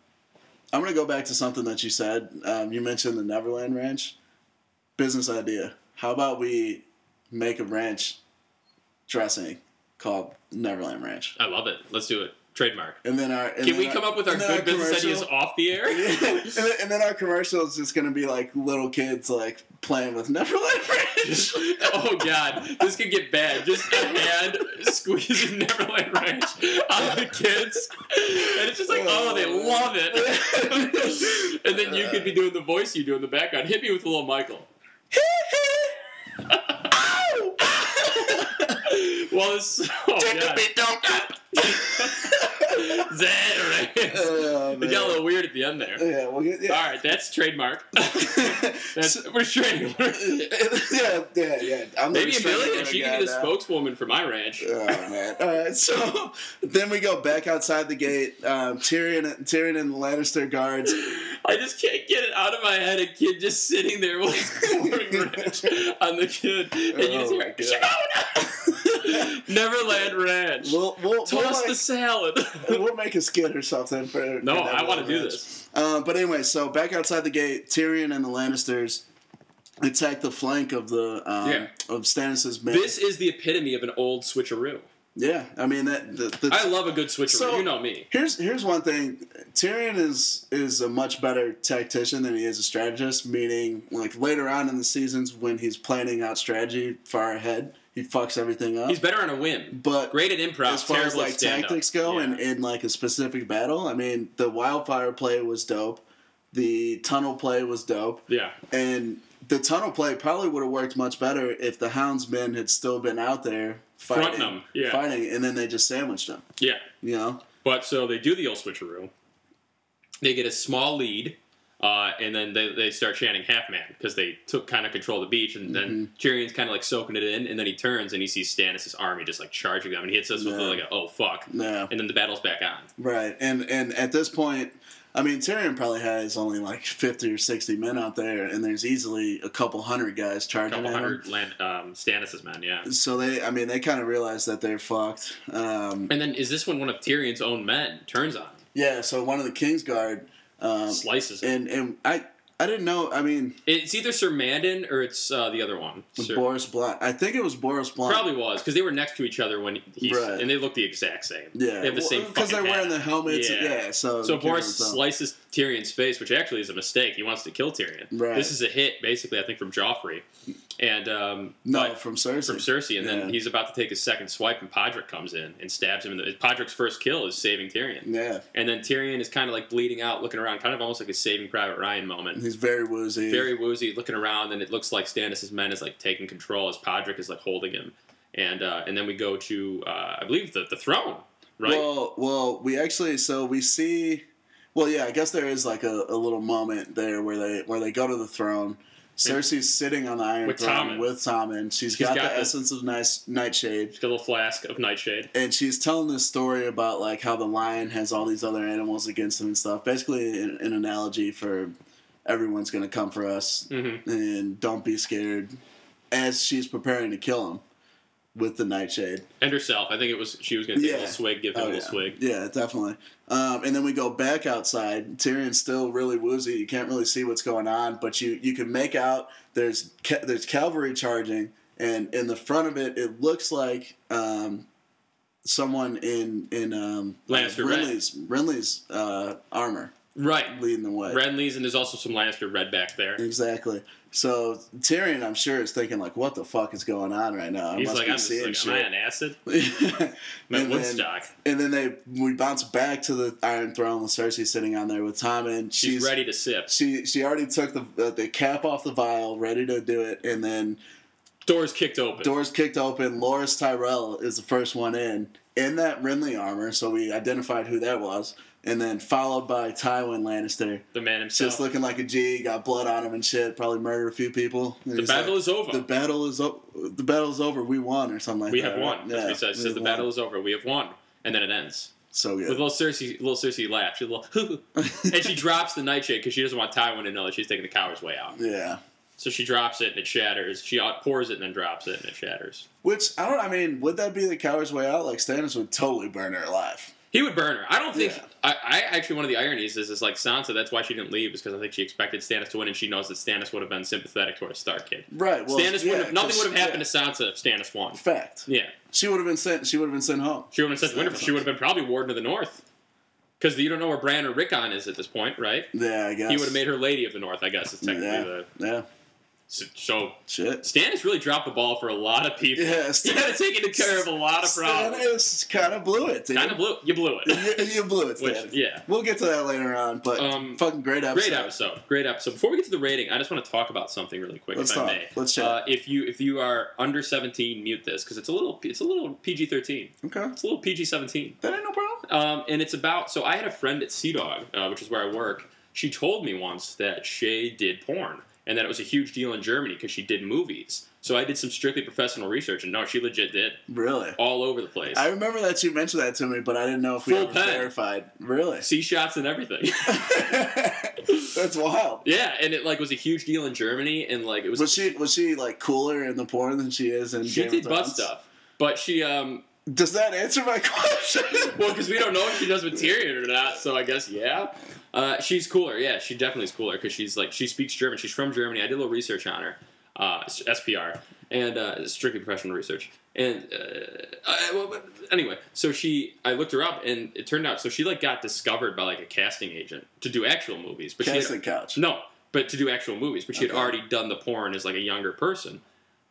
Speaker 2: I'm gonna go back to something that you said. Um, you mentioned the Neverland Ranch. Business idea. How about we make a ranch dressing called Neverland Ranch?
Speaker 1: I love it. Let's do it. Trademark.
Speaker 2: And then our and
Speaker 1: Can
Speaker 2: then
Speaker 1: we come up with our
Speaker 2: and
Speaker 1: good
Speaker 2: then
Speaker 1: business ideas
Speaker 2: commercial-
Speaker 1: off the air? <laughs>
Speaker 2: <laughs> and, <laughs> then, and then our commercial is just gonna be like little kids like playing with Neverland Ranch.
Speaker 1: <laughs> oh God, this could get bad. Just a hand squeezing <laughs> Neverland Ranch on the kids, and it's just like, oh, they love
Speaker 2: <laughs>
Speaker 1: it. and then you could be doing the voice you do in the background. Hit me with a little
Speaker 2: <laughs>
Speaker 1: Michael. well, it's oh God. Zatarans.
Speaker 2: Oh,
Speaker 1: It got a little weird at the end there.
Speaker 2: man. yeah, we'll get, yeah.
Speaker 1: All right, that's
Speaker 2: <laughs>
Speaker 1: trademark.
Speaker 2: So-
Speaker 1: That's we're
Speaker 2: <laughs>
Speaker 1: trademark.
Speaker 2: <laughs> yeah, yeah, yeah. I'm the
Speaker 1: Maybe
Speaker 2: restraining
Speaker 1: Amelia,
Speaker 2: order
Speaker 1: she
Speaker 2: guy
Speaker 1: can be the
Speaker 2: now.
Speaker 1: spokeswoman for my ranch.
Speaker 2: Oh man! All right, so <laughs> then we go back outside the gate. Um, Tyrion, Tyrion, and the Lannister guards.
Speaker 1: I just can't get it out of my head. A kid just sitting there while he's
Speaker 2: <laughs>
Speaker 1: pouring ranch on the kid, and you just
Speaker 2: Oh,
Speaker 1: hear
Speaker 2: God.
Speaker 1: Shimona! <laughs> Neverland Ranch.
Speaker 2: We'll we'll we'll,
Speaker 1: Toss the
Speaker 2: like, <laughs>
Speaker 1: salad.
Speaker 2: we'll make a skit or something for.
Speaker 1: no,
Speaker 2: for
Speaker 1: I want to do
Speaker 2: Neverland.
Speaker 1: this.
Speaker 2: Uh, but anyway, so back outside the gate, Tyrion and the Lannisters attack the flank of the um,
Speaker 1: Yeah.
Speaker 2: of Stannis's men.
Speaker 1: This is the epitome of an old switcheroo.
Speaker 2: yeah, I mean that. The, the,
Speaker 1: I love a good switcheroo.
Speaker 2: So-
Speaker 1: you know me.
Speaker 2: Here's here's one thing. Tyrion is is a much better tactician than he is a strategist. Meaning, like later on in the seasons when he's planning out strategy far ahead, he fucks everything up.
Speaker 1: He's better on a whim.
Speaker 2: but
Speaker 1: Great at improv.
Speaker 2: as far as
Speaker 1: terrible at
Speaker 2: like
Speaker 1: stand-up.
Speaker 2: tactics go,
Speaker 1: Yeah.
Speaker 2: and in like a specific battle, I mean, the wildfire play was dope. The tunnel play was dope,
Speaker 1: yeah.
Speaker 2: and the tunnel play probably would have worked much better if the Hound's men had still been out there fighting,
Speaker 1: Fronting 'em, yeah.
Speaker 2: fighting, and then they just sandwiched them.
Speaker 1: Yeah.
Speaker 2: You know,
Speaker 1: But so they do the old switcheroo, They get a small lead, uh, and then they, they start chanting half man because they took kind of control of the beach, and
Speaker 2: Mm-hmm.
Speaker 1: then Tyrion's kind of like soaking it in, and then he turns and he sees Stannis' army just like charging them, and he hits us with
Speaker 2: Yeah.
Speaker 1: like a oh fuck,
Speaker 2: No.
Speaker 1: and then the battle's back on.
Speaker 2: Right, and and at this point, I mean, Tyrion probably has only like fifty or sixty men out there, and there's easily a couple hundred guys
Speaker 1: A
Speaker 2: charging
Speaker 1: couple
Speaker 2: at him.
Speaker 1: hundred land, um, Stannis' men, yeah.
Speaker 2: So they, I mean, they kind of realize that they're fucked. Um,
Speaker 1: And then is this when one of Tyrion's own men turns on, him,
Speaker 2: yeah. So one of the Kingsguard, um,
Speaker 1: slices him?
Speaker 2: and and I I didn't know. I mean,
Speaker 1: It's either Sir Mandan or it's uh, the other one. Sir-
Speaker 2: Boris Blunt. I think it was Boris Blunt.
Speaker 1: Probably was because they were next to each other when he's
Speaker 2: Right.
Speaker 1: and they look the exact same.
Speaker 2: Yeah.
Speaker 1: they have the same
Speaker 2: because
Speaker 1: fucking
Speaker 2: they're wearing the
Speaker 1: hat.
Speaker 2: helmets. Yeah. so
Speaker 1: So
Speaker 2: you can't
Speaker 1: Boris
Speaker 2: really tell.
Speaker 1: slices Tyrion's face, which actually is a mistake. He wants to kill Tyrion.
Speaker 2: Right.
Speaker 1: This is a hit, basically, I think, from Joffrey, and um,
Speaker 2: no
Speaker 1: but-
Speaker 2: from Cersei.
Speaker 1: from Cersei, and then
Speaker 2: Yeah.
Speaker 1: he's about to take his second swipe, and Podrick comes in and stabs him. In the, Podrick's first kill is saving Tyrion,
Speaker 2: Yeah,
Speaker 1: and then Tyrion is kind of like bleeding out, looking around, kind of almost like a Saving Private Ryan moment.
Speaker 2: he's very woozy.
Speaker 1: Very woozy, looking around, and it looks like Stannis' men is like taking control as Podrick is like holding him, and uh, and then we go to uh, I believe the the throne, right?
Speaker 2: Well, well, we actually so we see. Well, yeah, I guess there is like a, a little moment there where they where they go to the throne. Cersei's sitting on the Iron
Speaker 1: With
Speaker 2: Throne
Speaker 1: Tommen.
Speaker 2: with Tommen. She's got,
Speaker 1: got
Speaker 2: the,
Speaker 1: the-
Speaker 2: essence of nice Nightshade,
Speaker 1: Still a flask of nightshade.
Speaker 2: and she's telling this story about like how the lion has all these other animals against him and stuff. Basically, an, an analogy for everyone's going to come for us,
Speaker 1: hmm
Speaker 2: and don't be scared. As she's preparing to kill him with the Nightshade.
Speaker 1: And herself. I think it was she was gonna take a
Speaker 2: Yeah.
Speaker 1: little swig, give him a
Speaker 2: Oh,
Speaker 1: little
Speaker 2: yeah.
Speaker 1: swig.
Speaker 2: Yeah, definitely. Um, and then we go back outside. Tyrion's still really woozy. You can't really see what's going on, but you you can make out there's ca- there's cavalry charging, and in the front of it, it looks like um, someone in in um,
Speaker 1: Lannister Red.
Speaker 2: Renly's Renly's uh, armor
Speaker 1: Right.
Speaker 2: leading the way.
Speaker 1: Renly's and there's also some Lannister red back there.
Speaker 2: Exactly. So Tyrion, I'm sure, is thinking like, "What the fuck is going on right now?" I
Speaker 1: He's
Speaker 2: must
Speaker 1: like,
Speaker 2: be
Speaker 1: I'm just
Speaker 2: seeing
Speaker 1: like, am I on acid?
Speaker 2: <laughs> shit."
Speaker 1: I'm at
Speaker 2: And then-
Speaker 1: Woodstock.
Speaker 2: And then they we bounce back to the Iron Throne with Cersei sitting on there with Tom, and
Speaker 1: She's,
Speaker 2: she's,
Speaker 1: ready to sip.
Speaker 2: She she already took the uh, the cap off the vial, ready to do it, and then
Speaker 1: Doors kicked open.
Speaker 2: doors kicked open. Loras Tyrell is the first one in in that Renly armor, so we identified who that was, and then followed by Tywin Lannister,
Speaker 1: the man
Speaker 2: just
Speaker 1: himself.
Speaker 2: looking like a G, got blood on him and shit, probably murdered a few people. And
Speaker 1: the
Speaker 2: he's
Speaker 1: battle
Speaker 2: like,
Speaker 1: is over.
Speaker 2: the battle is o- the battle is over. We won or something like
Speaker 1: we
Speaker 2: that.
Speaker 1: have won. That's what he says. He says the battle is over. We have won. And then it ends.
Speaker 2: so
Speaker 1: With
Speaker 2: good.
Speaker 1: little Cersei little Cersei laugh. She's a little and she drops the nightshade because she doesn't want Tywin to know that she's taking the coward's way out.
Speaker 2: <laughs> yeah.
Speaker 1: So she drops it and it shatters. She out- pours it and then drops it and it shatters.
Speaker 2: Which I don't. I mean, would that be the coward's way out? Like Stannis would totally burn her alive.
Speaker 1: He would burn her. I don't think.
Speaker 2: Yeah.
Speaker 1: I, I actually one of the ironies is is like Sansa. That's why she didn't leave is because I think she expected Stannis to win, and she knows that Stannis would have been sympathetic towards Stark Kid.
Speaker 2: Right. Well,
Speaker 1: Stannis
Speaker 2: yeah,
Speaker 1: would have nothing
Speaker 2: 'cause-
Speaker 1: would have happened to Sansa if Stannis won.
Speaker 2: yeah. Fact.
Speaker 1: Yeah,
Speaker 2: She would have been sent. She would have been sent home.
Speaker 1: she would have been such a winner. She would have been probably Warden of the North because you don't know where Bran or Rickon is at this point, right?
Speaker 2: Yeah, I guess
Speaker 1: He would have made her Lady of the North. I guess is technically
Speaker 2: Yeah.
Speaker 1: the
Speaker 2: Yeah.
Speaker 1: so, so. <laughs>
Speaker 2: Shit.
Speaker 1: Stannis really dropped the ball for a lot of people.
Speaker 2: Yeah,
Speaker 1: <laughs> he
Speaker 2: <laughs>
Speaker 1: had to take into care of a lot of problems.
Speaker 2: Stannis kind of blew it. Dude.
Speaker 1: Kind of blew. You blew it.
Speaker 2: <laughs> you, you blew it,
Speaker 1: Which,
Speaker 2: Stannis.
Speaker 1: yeah.
Speaker 2: We'll get to that later on, but
Speaker 1: Um,
Speaker 2: fucking great episode.
Speaker 1: Great episode. Great episode. Before we get to the rating, I just want to talk about something really quick,
Speaker 2: Let's
Speaker 1: if
Speaker 2: talk.
Speaker 1: I may.
Speaker 2: Let's chat.
Speaker 1: Uh, if you if you are under seventeen, mute this because it's a little it's a little PG thirteen.
Speaker 2: Okay.
Speaker 1: It's a little PG seventeen.
Speaker 2: That ain't no problem.
Speaker 1: Um, and it's about so I had a friend at Sea Dog, uh, which is where I work. She told me once that Shay did porn and that it was a huge deal in Germany because she did movies. So I did some strictly professional research, and no, she legit did
Speaker 2: Really.
Speaker 1: all over the place.
Speaker 2: I remember that you mentioned that to me, but I didn't know if we
Speaker 1: Full
Speaker 2: ever
Speaker 1: pen.
Speaker 2: verified. Really. <laughs>
Speaker 1: Sea shots and everything.
Speaker 2: That's wild.
Speaker 1: yeah, and it like was a huge deal in Germany, and like it was
Speaker 2: Was she was she like cooler in the porn than she is in?
Speaker 1: she
Speaker 2: Game
Speaker 1: did
Speaker 2: of
Speaker 1: butt
Speaker 2: Thrones?
Speaker 1: stuff, but she um
Speaker 2: Does that answer my <laughs> question?
Speaker 1: Well, because we don't know if she does with Tyrion or not, so I guess yeah. Uh, she's cooler, yeah. She definitely is cooler because she's like she speaks German. She's from Germany. I did a little research on her, uh, s- SPR, and uh, strictly professional research. And uh, I, well, but anyway, so she, I looked her up, and it turned out so she like got discovered by like a casting agent to do actual movies, but she
Speaker 2: Casting
Speaker 1: had,
Speaker 2: couch.
Speaker 1: no, but to do actual movies. But she had
Speaker 2: Okay.
Speaker 1: already done the porn as like a younger person.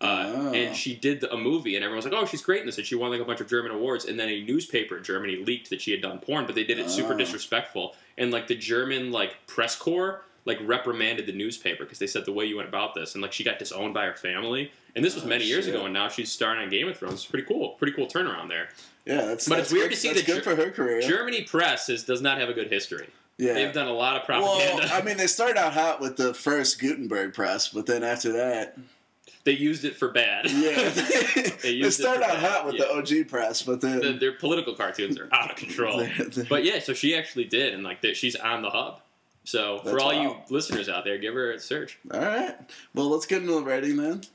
Speaker 1: Uh,
Speaker 2: Oh.
Speaker 1: And she did the, a movie, and everyone was like, "Oh, she's great in this!" And she won like a bunch of German awards. And then a newspaper in Germany leaked that she had done porn, but they did it super
Speaker 2: Oh.
Speaker 1: disrespectful. And like the German like press corps like reprimanded the newspaper because they said the way you went about this, and like she got disowned by her family. And this was
Speaker 2: Oh,
Speaker 1: many years
Speaker 2: shit.
Speaker 1: ago, and now she's starring on Game of Thrones. It's pretty cool. Pretty cool turnaround there.
Speaker 2: Yeah, that's
Speaker 1: But
Speaker 2: that's
Speaker 1: it's weird
Speaker 2: good-
Speaker 1: to see
Speaker 2: that's
Speaker 1: the
Speaker 2: good
Speaker 1: Ger-
Speaker 2: for her career.
Speaker 1: Germany press is, does not have a good history.
Speaker 2: Yeah.
Speaker 1: They've done a lot of propaganda.
Speaker 2: well, I mean, they started out hot with the first Gutenberg press, but then
Speaker 1: <laughs>
Speaker 2: after that,
Speaker 1: they used it for bad.
Speaker 2: <laughs> yeah,
Speaker 1: <laughs> They
Speaker 2: they,
Speaker 1: used it
Speaker 2: started
Speaker 1: for
Speaker 2: out hot with
Speaker 1: yeah.
Speaker 2: the OG press, but then
Speaker 1: The- their political cartoons are out of
Speaker 2: <laughs>
Speaker 1: control.
Speaker 2: They're- they're-
Speaker 1: but yeah, so she actually did, and like that, she's on the hub. So for
Speaker 2: That's
Speaker 1: all
Speaker 2: wild.
Speaker 1: you listeners out there, give her a search.
Speaker 2: all right. Well, let's get into the
Speaker 1: <laughs>
Speaker 2: rating then. <laughs>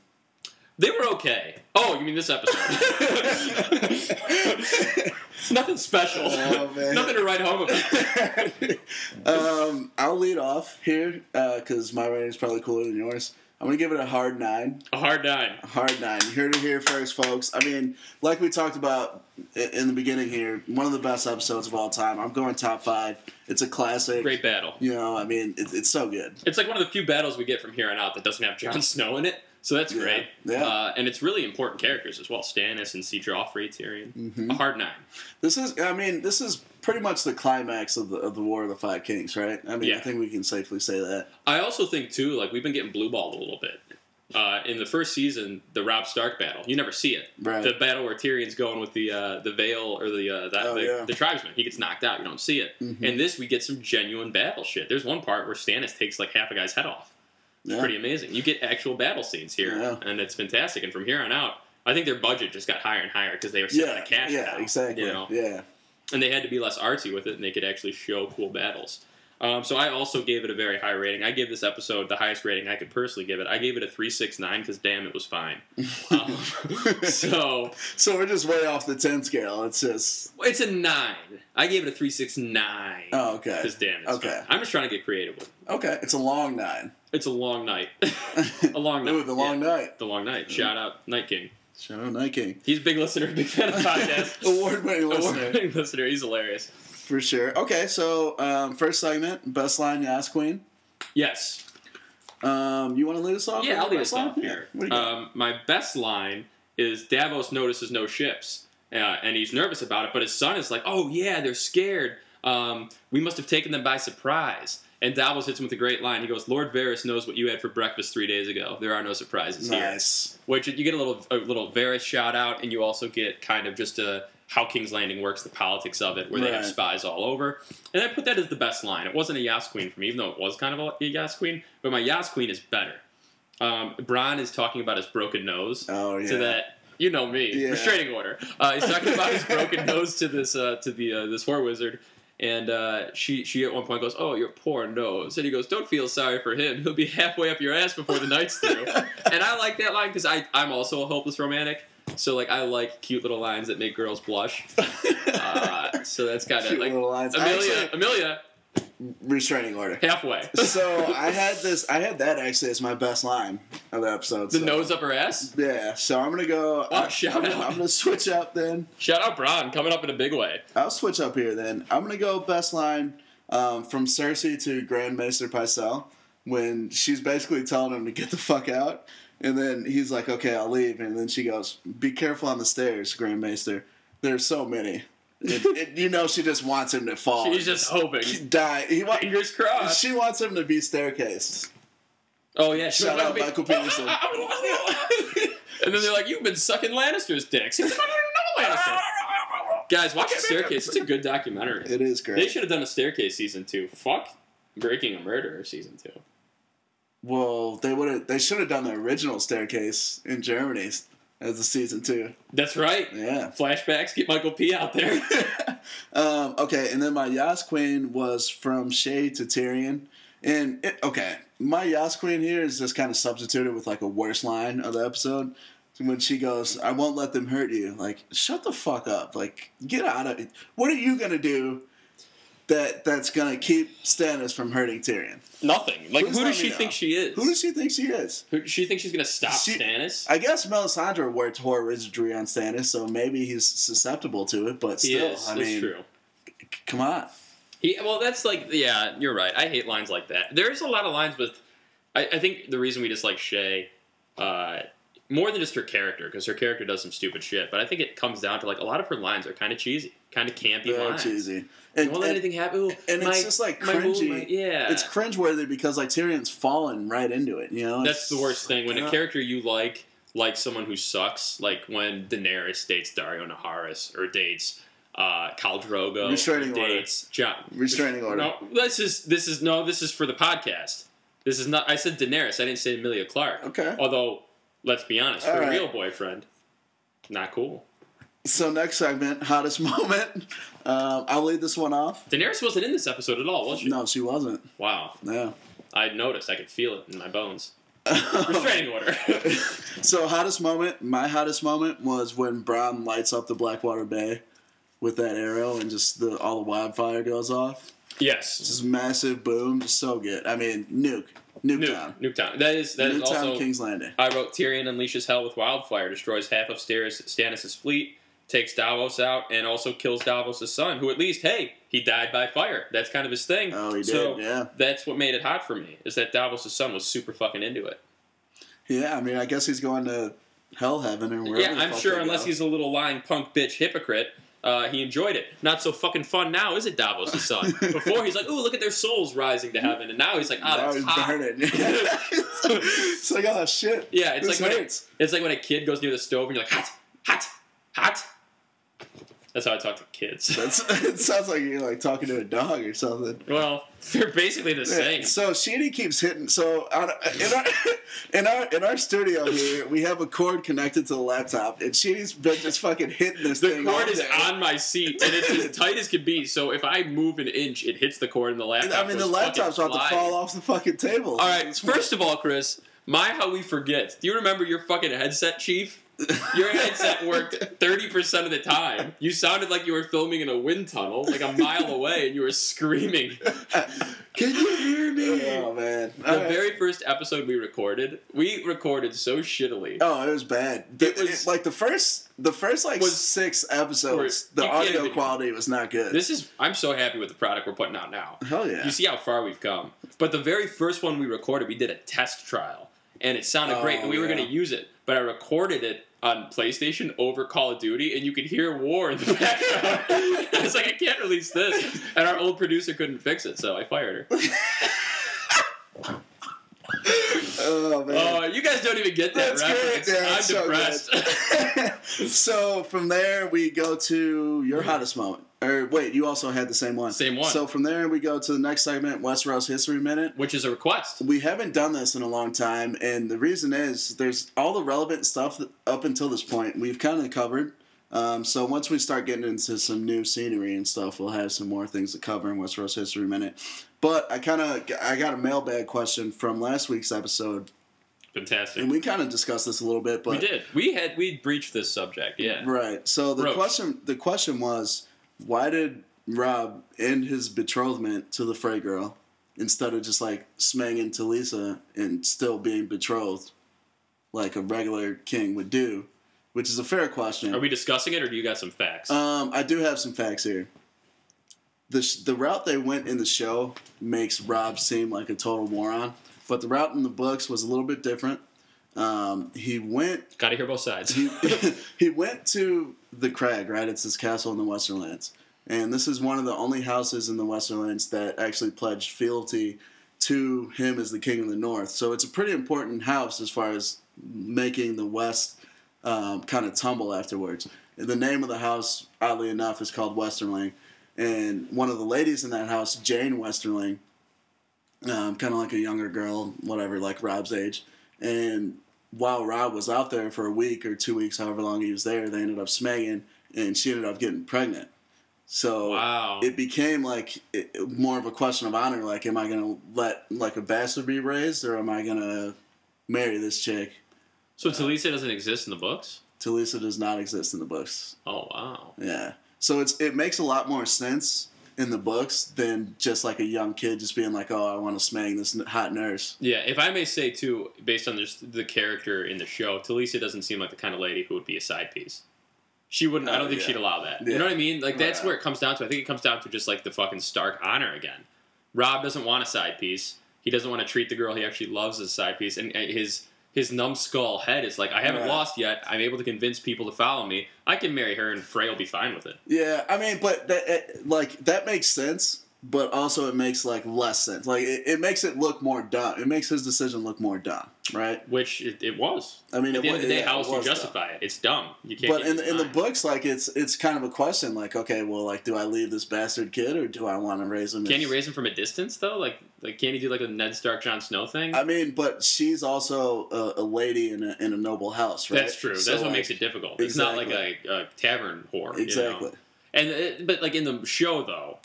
Speaker 1: They were okay. Oh, you mean this
Speaker 2: <laughs>
Speaker 1: episode? It's <laughs> Nothing special.
Speaker 2: Oh,
Speaker 1: <laughs>
Speaker 2: man.
Speaker 1: Nothing to write home about.
Speaker 2: <laughs> um, I'll lead off here because my rating is probably cooler than yours. I'm gonna give it a hard nine.
Speaker 1: A hard nine.
Speaker 2: A hard nine. You heard it here first, folks. I mean, like we talked about i- in the beginning here, one of the best episodes of all time. I'm going top five. It's a classic.
Speaker 1: Great battle.
Speaker 2: You know, I mean, it, it's so good.
Speaker 1: It's like one of the few battles we get from here on out that doesn't have Jon Snow in it. So that's
Speaker 2: Yeah,
Speaker 1: great.
Speaker 2: yeah.
Speaker 1: Uh, and it's really important characters as well. Stannis and C. Joffrey, Tyrion.
Speaker 2: Mhm.
Speaker 1: A hard nine.
Speaker 2: This is, I mean, this is pretty much the climax of the of the War of the Five Kings, right? I mean, I
Speaker 1: Yeah.
Speaker 2: think we can safely say that.
Speaker 1: I also think, too, like we've been getting blue balled a little bit. Uh, in the first season, the Rob Stark battle, you never see it.
Speaker 2: Right.
Speaker 1: The battle where Tyrion's going with the uh, the veil or the uh, that,
Speaker 2: Oh,
Speaker 1: the,
Speaker 2: yeah.
Speaker 1: the tribesman, he gets knocked out. You don't see it.
Speaker 2: Mhm.
Speaker 1: In this, we get some genuine battle shit. There's one part where Stannis takes like half a guy's head off.
Speaker 2: Yeah.
Speaker 1: pretty amazing. You get actual battle scenes here,
Speaker 2: Yeah.
Speaker 1: and it's fantastic. And from here on out, I think their budget just got higher and higher because they were sitting on
Speaker 2: yeah,
Speaker 1: a cash
Speaker 2: yeah,
Speaker 1: cow,
Speaker 2: exactly.
Speaker 1: you know?
Speaker 2: Yeah,
Speaker 1: And they had to be less artsy with it, and they could actually show cool battles. Um, so I also gave it a very high rating. I gave this episode the highest rating I could personally give it. I gave it a three six nine because damn, it was
Speaker 2: <laughs>
Speaker 1: fine. Um, so
Speaker 2: so we're just way off the ten scale. It's just
Speaker 1: it's a nine. I gave it a three six nine.
Speaker 2: oh, okay,
Speaker 1: Because damn, it's
Speaker 2: Okay.
Speaker 1: fine. I'm just trying to get creative. with it.
Speaker 2: okay. It's a
Speaker 1: <laughs>
Speaker 2: long nine.
Speaker 1: It's a long night. a long night.
Speaker 2: Ooh, the long
Speaker 1: Yeah.
Speaker 2: night.
Speaker 1: The long night. Shout out Night King.
Speaker 2: Shout out Night King.
Speaker 1: He's a big listener, big fan of
Speaker 2: <laughs>
Speaker 1: the podcast.
Speaker 2: Award winning listener
Speaker 1: <laughs> Award-winning listener. He's hilarious.
Speaker 2: for sure. Okay, so um, first segment, best line you ask Queen.
Speaker 1: Yes.
Speaker 2: Um, you want to lead us off? with
Speaker 1: Yeah, I'll
Speaker 2: the
Speaker 1: leave
Speaker 2: best
Speaker 1: us off
Speaker 2: line?
Speaker 1: here.
Speaker 2: Yeah. What do you got?
Speaker 1: Um, my best line is Davos notices no ships, uh, and he's nervous about it, but his son is like, oh, yeah, they're scared. Um, we must have taken them by surprise. And Davos hits him with a great line. He goes, Lord Varys knows what you had for breakfast three days ago. There are no surprises here.
Speaker 2: nice.
Speaker 1: Which you get a little a little Varys shout out, and you also get kind of just a how King's Landing works, the politics of it, where they have
Speaker 2: Right.
Speaker 1: spies all over. And I put that as the best line. It wasn't a Yas Queen for me, even though it was kind of a Yas Queen, but my Yas Queen is better. Um, Bron is talking about his broken nose
Speaker 2: Oh yeah.
Speaker 1: to that. You know me,
Speaker 2: Yeah.
Speaker 1: restraining order. Uh, he's talking about his
Speaker 2: <laughs>
Speaker 1: broken nose to this uh, to the uh, this whore wizard, and uh, she she at one point goes, "Oh, your poor nose," and he goes, "Don't feel sorry for him. He'll be halfway up your ass before the night's
Speaker 2: <laughs>
Speaker 1: through." and I like that line because I I'm also a hopeless romantic, so like I like cute little lines that make girls
Speaker 2: <laughs>
Speaker 1: blush. Uh, so that's kind of
Speaker 2: Cute
Speaker 1: like
Speaker 2: little lines. I
Speaker 1: Amelia
Speaker 2: actually-
Speaker 1: Amelia
Speaker 2: restraining order.
Speaker 1: halfway.
Speaker 2: so I had this. I had that actually as my best line of the
Speaker 1: <laughs>
Speaker 2: episode.
Speaker 1: the
Speaker 2: so-
Speaker 1: nose up her ass.
Speaker 2: Yeah. So I'm gonna go. uh,
Speaker 1: Oh, shout
Speaker 2: I'm,
Speaker 1: out.
Speaker 2: I'm gonna switch up then.
Speaker 1: Shout out Bron coming up in a big way.
Speaker 2: I'll switch up here then. I'm gonna go best line um, from Cersei to Grand Maester Pycelle when she's basically telling him to get the fuck out, and then he's like, "Okay, I'll leave," and then she goes, "Be careful on the stairs, Grand Maester. There's so many." It,
Speaker 1: <laughs>
Speaker 2: it, you know, she just wants him to fall.
Speaker 1: She's just hoping.
Speaker 2: <laughs> die. He wa-
Speaker 1: Fingers crossed.
Speaker 2: she wants him to be staircased.
Speaker 1: Oh yeah, she
Speaker 2: Shout
Speaker 1: was
Speaker 2: out
Speaker 1: like,
Speaker 2: Michael Peterson.
Speaker 1: <laughs> and then they're like, "You've been sucking Lannister's dicks." He's like, "I don't know Lannister." Guys, watch the staircase. It's a good documentary.
Speaker 2: It is
Speaker 1: They
Speaker 2: great.
Speaker 1: should have done a staircase season two. Fuck, Breaking a Murderer season two.
Speaker 2: well, they would have. They should have done the original staircase in Germany as the season two.
Speaker 1: That's right.
Speaker 2: Yeah.
Speaker 1: Flashbacks. Get Michael P out there. <laughs>
Speaker 2: um, okay, and then my Yas Queen was from Shay to Tyrion. And it, okay, my Yas Queen here is just kind of substituted with like a worse line of the episode. When she goes, I won't let them hurt you. Like, shut the fuck up. Like, get out of it. What are you gonna do that that's gonna keep Stannis from hurting Tyrion?
Speaker 1: Nothing. Like,
Speaker 2: Please
Speaker 1: who
Speaker 2: let
Speaker 1: does
Speaker 2: me
Speaker 1: she
Speaker 2: know.
Speaker 1: think she is?
Speaker 2: Who does she think she is?
Speaker 1: Who- she thinks she's gonna stop
Speaker 2: She-
Speaker 1: Stannis?
Speaker 2: I guess Melisandre worked horror wizardry on Stannis, so maybe he's susceptible to it. But
Speaker 1: He
Speaker 2: still,
Speaker 1: is.
Speaker 2: I
Speaker 1: That's
Speaker 2: mean,
Speaker 1: true.
Speaker 2: c- come on.
Speaker 1: He, well, that's like, yeah, you're right. I hate lines like that. There's a lot of lines with. I, I think the reason we dislike Shay, uh, more than just her character, because her character does some stupid shit, but I think it comes down to like a lot of her lines are kind of cheesy, kind of campy
Speaker 2: They're
Speaker 1: lines.
Speaker 2: cheesy.
Speaker 1: Don't let anything happen. Ooh,
Speaker 2: Oh, and
Speaker 1: my-
Speaker 2: it's just like
Speaker 1: my woo,
Speaker 2: cringy.
Speaker 1: my- yeah.
Speaker 2: It's cringeworthy because like Tyrion's fallen right into it. You know,
Speaker 1: that's the worst thing when a
Speaker 2: Yeah.
Speaker 1: character you like likes someone who sucks, like when Daenerys dates Dario Naharis or dates uh, Khal Drogo,
Speaker 2: Restraining order.
Speaker 1: Dates, John.
Speaker 2: Restraining order.
Speaker 1: No, this is this is no, this is for the podcast. This is not. I said Daenerys. I didn't say Amelia Clark.
Speaker 2: Okay.
Speaker 1: Although, let's be honest,
Speaker 2: All
Speaker 1: her
Speaker 2: right.
Speaker 1: real boyfriend, not cool.
Speaker 2: So next segment, hottest <laughs> moment. Um, I'll lead this one off.
Speaker 1: Daenerys wasn't in this episode at all, was she?
Speaker 2: No, she wasn't.
Speaker 1: Wow.
Speaker 2: No.
Speaker 1: I noticed. I could feel it in my bones.
Speaker 2: Oh. <laughs>
Speaker 1: Restraining order. <laughs>
Speaker 2: so hottest moment. My hottest moment was when Brown lights up the Blackwater Bay with that arrow, and just the all the wildfire goes off.
Speaker 1: yes.
Speaker 2: Just massive boom. Just so good. I mean, nuke, nuke
Speaker 1: Nuke.
Speaker 2: town,
Speaker 1: Nuketown. That is that is
Speaker 2: nuke town,
Speaker 1: also.
Speaker 2: King's Landing.
Speaker 1: I wrote Tyrion unleashes hell with wildfire, destroys half of Stannis' Stannis' fleet, takes Davos out, and also kills Davos' son, who at least, hey, he died by fire. That's kind of his thing.
Speaker 2: Oh, he did.
Speaker 1: So
Speaker 2: yeah.
Speaker 1: that's what made it hot for me, is that Davos' son was super fucking into it.
Speaker 2: Yeah. I mean, I guess he's going to hell, heaven, and wherever.
Speaker 1: yeah,
Speaker 2: the
Speaker 1: I'm
Speaker 2: fuck
Speaker 1: sure
Speaker 2: they
Speaker 1: unless
Speaker 2: go.
Speaker 1: he's a little lying punk bitch hypocrite, uh, he enjoyed it. Not so fucking fun now, is it, Davos'
Speaker 2: <laughs>
Speaker 1: son? Before he's like, ooh, look at their souls rising to heaven, and now he's like, ah,
Speaker 2: Now
Speaker 1: that's
Speaker 2: he's
Speaker 1: hot.
Speaker 2: burning. <laughs> it's like oh shit.
Speaker 1: Yeah, it's
Speaker 2: This
Speaker 1: like when a-
Speaker 2: hurts.
Speaker 1: it's like when a kid goes near the stove and you're like, hot, hot, hot. That's how I talk to kids.
Speaker 2: <laughs> That's, it sounds like you're like talking to a dog or something.
Speaker 1: <laughs> well, they're basically the same.
Speaker 2: So Sheedy keeps hitting. So on, in our <laughs> in our in our studio here, we have a cord connected to the laptop, and Sheedy's been just fucking hitting this
Speaker 1: The
Speaker 2: thing.
Speaker 1: cord
Speaker 2: all
Speaker 1: is
Speaker 2: day.
Speaker 1: on my seat, and it's
Speaker 2: <laughs>
Speaker 1: as tight as can be. So if I move an inch, it hits the cord, and the
Speaker 2: And,
Speaker 1: laptop.
Speaker 2: I mean, the
Speaker 1: goes fucking
Speaker 2: laptop's about to
Speaker 1: flying.
Speaker 2: fall off the fucking table.
Speaker 1: All right, first of all, Chris, my how we forget. Do you remember your fucking headset, Chief? Your
Speaker 2: <laughs>
Speaker 1: headset worked 30% of the time. You sounded like you were filming in a wind tunnel, like a mile away, and you were screaming.
Speaker 2: Can you hear me? Oh man.
Speaker 1: The
Speaker 2: All right.
Speaker 1: very first episode we recorded, we recorded so shittily.
Speaker 2: Oh, it was bad.
Speaker 1: It
Speaker 2: It was
Speaker 1: was-
Speaker 2: like the first, the first like
Speaker 1: Was-
Speaker 2: six episodes. The
Speaker 1: You can't
Speaker 2: audio
Speaker 1: even-
Speaker 2: quality was not good.
Speaker 1: This is, I'm so happy with the product we're putting out now.
Speaker 2: Hell yeah.
Speaker 1: You see how far we've come. But the very first one we recorded, we did a test trial, and it sounded
Speaker 2: Oh,
Speaker 1: great, and we were
Speaker 2: yeah.
Speaker 1: going to use it. But I recorded it on PlayStation over Call of Duty, and you could hear war in the <laughs> background. I was like, I can't release this, and our old producer couldn't fix it, so I fired
Speaker 2: <laughs>
Speaker 1: her.
Speaker 2: oh man.
Speaker 1: Oh, you guys don't even get that
Speaker 2: That's
Speaker 1: reference.
Speaker 2: great. Yeah,
Speaker 1: I'm
Speaker 2: it's so
Speaker 1: depressed. Oh.
Speaker 2: so from there we go to your hottest moment. Or wait, you also had the same one.
Speaker 1: Mm-hmm. Same one.
Speaker 2: So from there we go to the next segment, Westeros History Minute.
Speaker 1: <laughs> Which is a request.
Speaker 2: We haven't done this in a long time, and the reason is there's all the relevant stuff that- up until this point we've kind of covered. Um, so once we start getting into some new scenery and stuff, we'll have some more things to cover in Westeros History Minute. But I kind of I got a mailbag question from last week's episode,
Speaker 1: Fantastic.
Speaker 2: and we kind of discussed this a little bit. But
Speaker 1: we did. We had we breached this subject. Yeah.
Speaker 2: Right. So the
Speaker 1: Roach.
Speaker 2: question the question was why did Rob end his betrothment to the Frey girl instead of just like smanging Talisa and still being betrothed like a regular king would do, which is a fair question.
Speaker 1: Are we discussing it, or do you got some facts?
Speaker 2: um, I do have some facts here. The sh- the route they went in the show makes Rob seem like a total moron, but the route in the books was a little bit different. Um, he went
Speaker 1: got to hear both sides.
Speaker 2: <laughs> he, he went to the crag, right? It's his castle in the Westerlands. And this is one of the only houses in the Westerlands that actually pledged fealty to him as the king of the north. So it's a pretty important house as far as making the West um, kind of tumble afterwards. And the name of the house, oddly enough, is called Westerling. And one of the ladies in that house, Jane Westerling, um, kind of like a younger girl, whatever, like Rob's age. And while Rob was out there for a week or two weeks, however long he was there, they ended up smanging, and she ended up getting pregnant. So
Speaker 1: wow.
Speaker 2: it became like it, it- more of a question of honor. Like, am I gonna let like a bastard be raised, or am I gonna marry this chick?
Speaker 1: so Talisa doesn't exist in the books.
Speaker 2: Talisa does not exist in the books.
Speaker 1: Oh wow.
Speaker 2: Yeah. So it's it makes a lot more sense in the books than just like a young kid just being like, oh, I want to smang this n- hot nurse.
Speaker 1: Yeah, if I may say too, based on just the character in the show, Talisa doesn't seem like the kind of lady who would be a side piece. She wouldn't. I
Speaker 2: Oh,
Speaker 1: don't think
Speaker 2: yeah.
Speaker 1: she'd allow that. You
Speaker 2: Yeah.
Speaker 1: know what I mean? Like that's
Speaker 2: Yeah.
Speaker 1: where it comes down to. I think it comes down to just like the fucking stark honor again. Rob doesn't want a side piece. He doesn't want to treat the girl he actually loves as a side piece, and uh, his his numbskull head is like, I haven't
Speaker 2: Right.
Speaker 1: lost yet. I'm able to convince people to follow me. I can marry her, and Frey will be fine with it.
Speaker 2: Yeah, I mean, but that it, like that makes sense. but also it makes like less sense. Like it, it makes it look more dumb. It makes his decision look more dumb, right?
Speaker 1: which it, it was.
Speaker 2: I mean,
Speaker 1: At the
Speaker 2: it,
Speaker 1: end of the day, how else
Speaker 2: do
Speaker 1: do you justify it? It's dumb. You can't.
Speaker 2: But
Speaker 1: get
Speaker 2: in,
Speaker 1: it
Speaker 2: in the
Speaker 1: denied.
Speaker 2: books, like it's it's kind of a question. Like, okay, well, like, do I leave this bastard kid or do I want to raise him?
Speaker 1: can
Speaker 2: as-
Speaker 1: you raise him from a distance though? Like, like can you do like a Ned Stark, Jon Snow thing?
Speaker 2: I mean, but she's also a, a lady in a, in a noble house, right?
Speaker 1: That's true.
Speaker 2: So,
Speaker 1: That's what
Speaker 2: like,
Speaker 1: makes it difficult. It's not like a,
Speaker 2: exactly.
Speaker 1: a tavern whore. you know?
Speaker 2: exactly.
Speaker 1: And it, but like in the show though,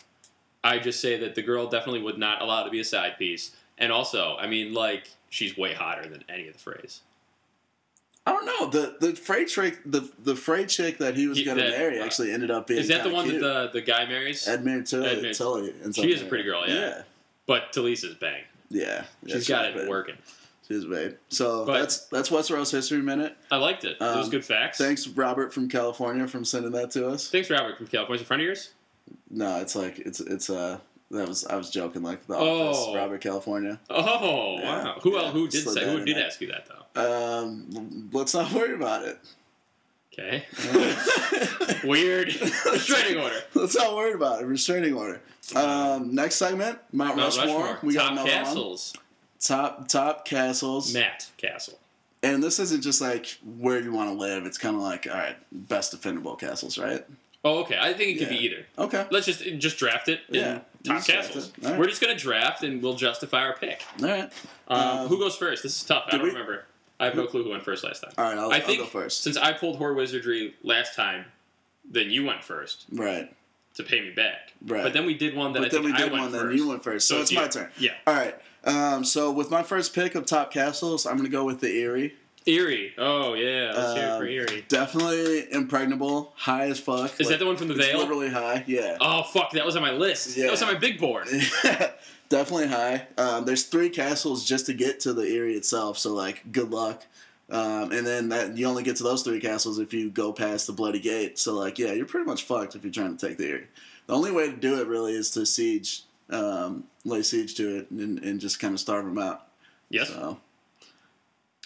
Speaker 1: I just say that the girl definitely would not allow it to be a side piece. And also, I mean, like she's way hotter than any of the phrase.
Speaker 2: I don't know the the freight chick the the freight chick that he was
Speaker 1: He-
Speaker 2: going to
Speaker 1: that- uh,
Speaker 2: marry actually ended up being
Speaker 1: Is that the
Speaker 2: kinda
Speaker 1: one
Speaker 2: cute.
Speaker 1: that the the guy marries?
Speaker 2: Edmund Tully?
Speaker 1: Edmund-
Speaker 2: Tully and
Speaker 1: She is a
Speaker 2: something.
Speaker 1: pretty girl, yeah.
Speaker 2: yeah,
Speaker 1: But Talisa's bang.
Speaker 2: yeah. yeah
Speaker 1: she's got it
Speaker 2: babe.
Speaker 1: working.
Speaker 2: She's babe. So
Speaker 1: But-
Speaker 2: that's that's Westeros history minute.
Speaker 1: I liked it. Those
Speaker 2: Um,
Speaker 1: good facts.
Speaker 2: Thanks, Robert from California, from sending that to us.
Speaker 1: Thanks, Robert from California. Is it a friend of yours?
Speaker 2: No, it's like it's it's uh that was I was joking like the
Speaker 1: Oh.
Speaker 2: office Robert California.
Speaker 1: Oh
Speaker 2: Yeah,
Speaker 1: wow. Who
Speaker 2: yeah,
Speaker 1: else? Who did
Speaker 2: slid
Speaker 1: say?
Speaker 2: that
Speaker 1: Who
Speaker 2: in
Speaker 1: did
Speaker 2: there.
Speaker 1: ask you that though?
Speaker 2: Um, let's not worry about it.
Speaker 1: Okay. <laughs>
Speaker 2: <laughs> Uh,
Speaker 1: Weird. Restraining order.
Speaker 2: <laughs> let's not worry about it. Restraining order. Um, next segment, Mount,
Speaker 1: Mount
Speaker 2: Rushmore.
Speaker 1: Rushmore.
Speaker 2: We got
Speaker 1: Top
Speaker 2: another one.
Speaker 1: castles.
Speaker 2: Top top castles.
Speaker 1: Matt Castle.
Speaker 2: And this isn't just like where you want to live. It's kind of like all right, best defendable castles, right?
Speaker 1: Oh, okay. I think it could be
Speaker 2: Yeah.
Speaker 1: either.
Speaker 2: Okay.
Speaker 1: Let's just just draft it. in
Speaker 2: Yeah,
Speaker 1: Top
Speaker 2: just draft
Speaker 1: castles.
Speaker 2: it. All right.
Speaker 1: We're just gonna draft and we'll justify our pick.
Speaker 2: All right.
Speaker 1: Um,
Speaker 2: Um,
Speaker 1: who goes first? This is tough. I
Speaker 2: did
Speaker 1: don't
Speaker 2: we-
Speaker 1: remember. I have no clue who went first last time.
Speaker 2: All right. I'll,
Speaker 1: I
Speaker 2: I
Speaker 1: think
Speaker 2: will go first.
Speaker 1: since I pulled horror wizardry last time, then you went first
Speaker 2: Right.
Speaker 1: to pay me back.
Speaker 2: Right.
Speaker 1: But then we did one that I
Speaker 2: But then
Speaker 1: think
Speaker 2: we
Speaker 1: I
Speaker 2: did
Speaker 1: went
Speaker 2: one.
Speaker 1: first.
Speaker 2: Then you went first. So, it's
Speaker 1: you.
Speaker 2: my turn.
Speaker 1: Yeah.
Speaker 2: All right. Um, so with my first pick of top castles, I'm gonna go with the Erie.
Speaker 1: Erie. Oh yeah. Let's hear it for
Speaker 2: Um,
Speaker 1: Erie.
Speaker 2: Definitely impregnable, high as fuck.
Speaker 1: Is that the one from the
Speaker 2: it's
Speaker 1: Veil?
Speaker 2: Literally high. Yeah.
Speaker 1: Oh fuck, that was on my list. That
Speaker 2: Yeah.
Speaker 1: was on my big board.
Speaker 2: <laughs> Definitely high. Um, there's three castles just to get to the Erie itself. So like, good luck. Um, and then that you only get to those three castles if you go past the Bloody Gate. So like, yeah, you're pretty much fucked if you're trying to take the Erie. The only way to do it really is to siege, um, lay siege to it, and, and just kind of starve them out.
Speaker 1: Yes.
Speaker 2: So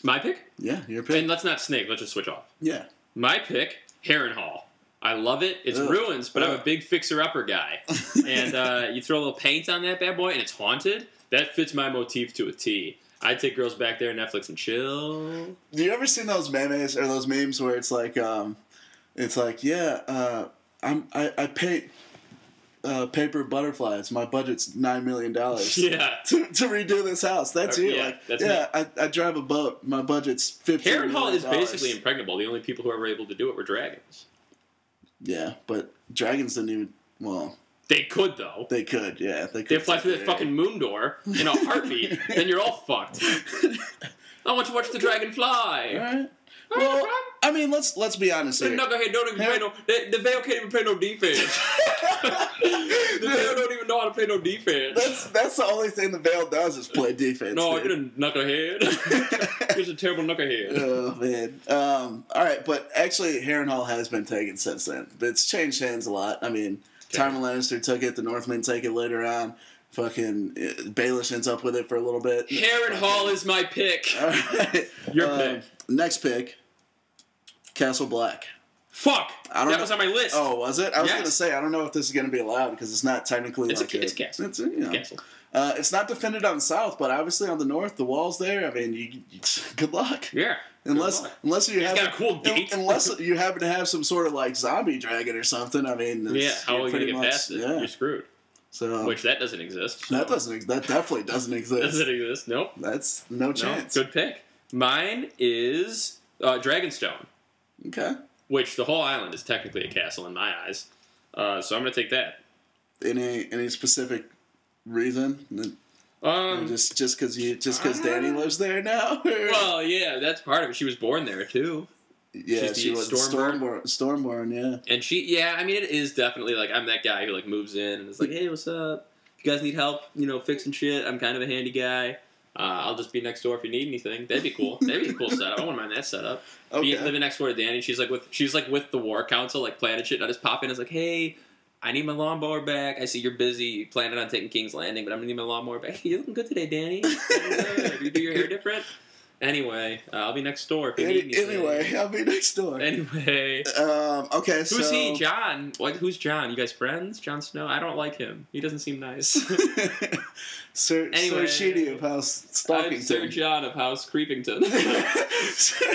Speaker 1: My pick?
Speaker 2: yeah, your pick.
Speaker 1: And let's not snake, let's just switch off.
Speaker 2: yeah.
Speaker 1: My pick, Heron Hall. I love it. It's
Speaker 2: Ugh.
Speaker 1: ruins, but I'm a
Speaker 2: Ugh.
Speaker 1: big fixer upper
Speaker 2: <laughs>
Speaker 1: guy. and uh, you throw a little paint on that bad boy and it's haunted. That fits my motif to a T. I take girls back there, Netflix and chill.
Speaker 2: Do you ever seen those memes or those memes where it's like, um, it's like, yeah, uh, I'm I, I paint uh, paper butterflies. My budget's nine million dollars.
Speaker 1: Yeah.
Speaker 2: <laughs> To, to redo this house, that's
Speaker 1: Uh,
Speaker 2: you.
Speaker 1: yeah,
Speaker 2: like,
Speaker 1: that's
Speaker 2: yeah, I, I drive a boat. My budget's fifteen.
Speaker 1: Heron Hall
Speaker 2: million
Speaker 1: is basically
Speaker 2: dollars.
Speaker 1: impregnable. The only people who were able to do it were dragons.
Speaker 2: yeah, but dragons didn't even. Well,
Speaker 1: They could though.
Speaker 2: they could. Yeah, they
Speaker 1: They
Speaker 2: could.
Speaker 1: fly through that fucking moon door in a heartbeat, then you're all
Speaker 2: <laughs>
Speaker 1: fucked. I want to watch the dragon
Speaker 2: All
Speaker 1: fly.
Speaker 2: right. Well, I mean, let's let's be honest
Speaker 1: The
Speaker 2: here.
Speaker 1: knucklehead don't even play no. <laughs> The, the veil can't even play no defense. the veil don't even know how to play no defense.
Speaker 2: <laughs> That's that's the only thing the Veil does is play defense.
Speaker 1: no,
Speaker 2: dude.
Speaker 1: you're a
Speaker 2: <laughs>
Speaker 1: knucklehead. you're a terrible knucklehead.
Speaker 2: oh man. Um, all right, but actually, Heron Hall has been taken since then. It's changed hands a lot. I mean,
Speaker 1: Okay.
Speaker 2: Tywin Lannister took it. The Northmen take it later on. Fucking uh, Baelish ends up with it for a little bit.
Speaker 1: Heron Hall is my pick.
Speaker 2: <laughs> All right.
Speaker 1: Your
Speaker 2: Um,
Speaker 1: pick.
Speaker 2: Next pick. Castle Black.
Speaker 1: Fuck.
Speaker 2: I don't
Speaker 1: that
Speaker 2: know-
Speaker 1: was on my list.
Speaker 2: Oh, was it? I was
Speaker 1: Yes.
Speaker 2: gonna say I don't know if this is gonna be allowed because it's not technically
Speaker 1: It's a
Speaker 2: like
Speaker 1: ca- it's a castle.
Speaker 2: It's, you know.
Speaker 1: Castle.
Speaker 2: Uh, it's not defended on south, but obviously on the north, the walls there. I mean, you, you <laughs> good luck.
Speaker 1: Yeah.
Speaker 2: Unless
Speaker 1: Good luck.
Speaker 2: unless you
Speaker 1: He's
Speaker 2: have
Speaker 1: got a cool gate.
Speaker 2: unless you happen to have some sort of like zombie dragon or something. I mean,
Speaker 1: yeah,
Speaker 2: it's-
Speaker 1: how are
Speaker 2: you're
Speaker 1: you gonna
Speaker 2: pretty
Speaker 1: get
Speaker 2: much-
Speaker 1: past it?
Speaker 2: Yeah.
Speaker 1: You're screwed.
Speaker 2: So
Speaker 1: Which that doesn't exist.
Speaker 2: that doesn't ex- that definitely doesn't exist.
Speaker 1: <laughs> Doesn't exist. Nope.
Speaker 2: That's no
Speaker 1: No,
Speaker 2: chance.
Speaker 1: good pick. Mine is uh, Dragonstone,
Speaker 2: Okay.
Speaker 1: which the whole island is technically a castle in my eyes. Uh, so I'm gonna take that.
Speaker 2: Any any specific reason? N-
Speaker 1: Um, uh,
Speaker 2: just just because you just because Danny lives there now? <laughs> or-
Speaker 1: well, yeah, that's part of it. She was born there too,
Speaker 2: yeah,
Speaker 1: she's
Speaker 2: she
Speaker 1: the
Speaker 2: was
Speaker 1: Stormborn?
Speaker 2: Stormborn. Stormborn, yeah.
Speaker 1: and she, yeah, I mean, it is definitely like I'm that guy who like moves in and is like, hey, what's up? If you guys need help, you know, fixing shit, I'm kind of a handy guy. Uh, I'll just be next door if you need anything. That'd be cool. That'd be a cool setup. I wouldn't mind that setup. Be-
Speaker 2: Okay.
Speaker 1: living next door to Danny. She's like with she's like with the war council, like planning shit. And I just pop in. I was like, hey, I need my lawnmower back. I see you're busy. You planning <laughs>
Speaker 2: <laughs>
Speaker 1: on taking King's Landing, but I'm gonna need my lawnmower back. Hey, you're looking good today, Danny. You're looking good. you do your hair different. Anyway, uh, I'll be next door if you need
Speaker 2: Any,
Speaker 1: anything.
Speaker 2: anyway, <laughs> I'll be next
Speaker 1: <laughs>
Speaker 2: door.
Speaker 1: Anyway.
Speaker 2: <laughs> Um, okay, so
Speaker 1: Who's he? John. What? Who's John? You guys friends? John Snow? I don't like him. He doesn't seem nice.
Speaker 2: <laughs> <laughs> Sir,
Speaker 1: Anyway.
Speaker 2: Sir Sheedy of House
Speaker 1: I'm Sir
Speaker 2: Stalkington.
Speaker 1: John of House Creepington.
Speaker 2: <laughs> Sir,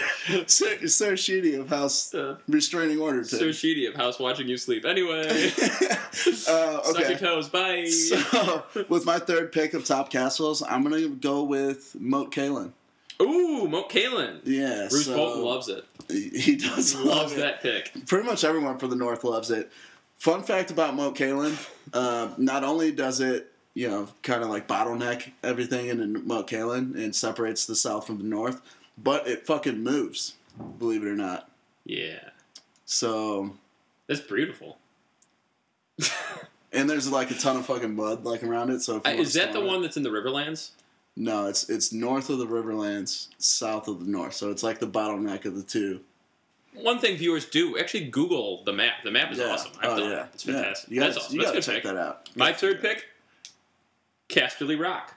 Speaker 2: Sir, Sir Sheedy of House
Speaker 1: Uh,
Speaker 2: Restraining Order.
Speaker 1: Sir Sheedy of House Watching You Sleep. Anyway.
Speaker 2: <laughs> uh,
Speaker 1: Suck your
Speaker 2: okay.
Speaker 1: toes. Bye.
Speaker 2: So, with my third pick of top castles, I'm gonna go with Moat Kalen.
Speaker 1: <laughs> Ooh, Moat Kalen.
Speaker 2: Yeah,
Speaker 1: Bruce
Speaker 2: so-
Speaker 1: Bolton loves
Speaker 2: <laughs>
Speaker 1: it.
Speaker 2: He he does
Speaker 1: Loves
Speaker 2: love it.
Speaker 1: that pick.
Speaker 2: Pretty much everyone from the north loves it. Fun fact about Moat Kalen: uh, not only does it, you know, kind of like bottleneck everything in Moat Kalen and separates the south from the north, but it fucking moves. Believe it or not.
Speaker 1: Yeah.
Speaker 2: So,
Speaker 1: That's beautiful.
Speaker 2: and there's like a ton of fucking mud like around it. So if you
Speaker 1: Uh,
Speaker 2: wanna
Speaker 1: is that the
Speaker 2: storm it-
Speaker 1: one that's in the Riverlands?
Speaker 2: No, it's it's north of the Riverlands, south of the north. So it's like the bottleneck of the two.
Speaker 1: One thing viewers do actually Google the map. The map is awesome. I've done it. It's fantastic.
Speaker 2: Oh, You gotta,
Speaker 1: that's awesome.
Speaker 2: You
Speaker 1: That's a
Speaker 2: gotta
Speaker 1: good
Speaker 2: check
Speaker 1: pick.
Speaker 2: that out.
Speaker 1: My third pick, Casterly Rock,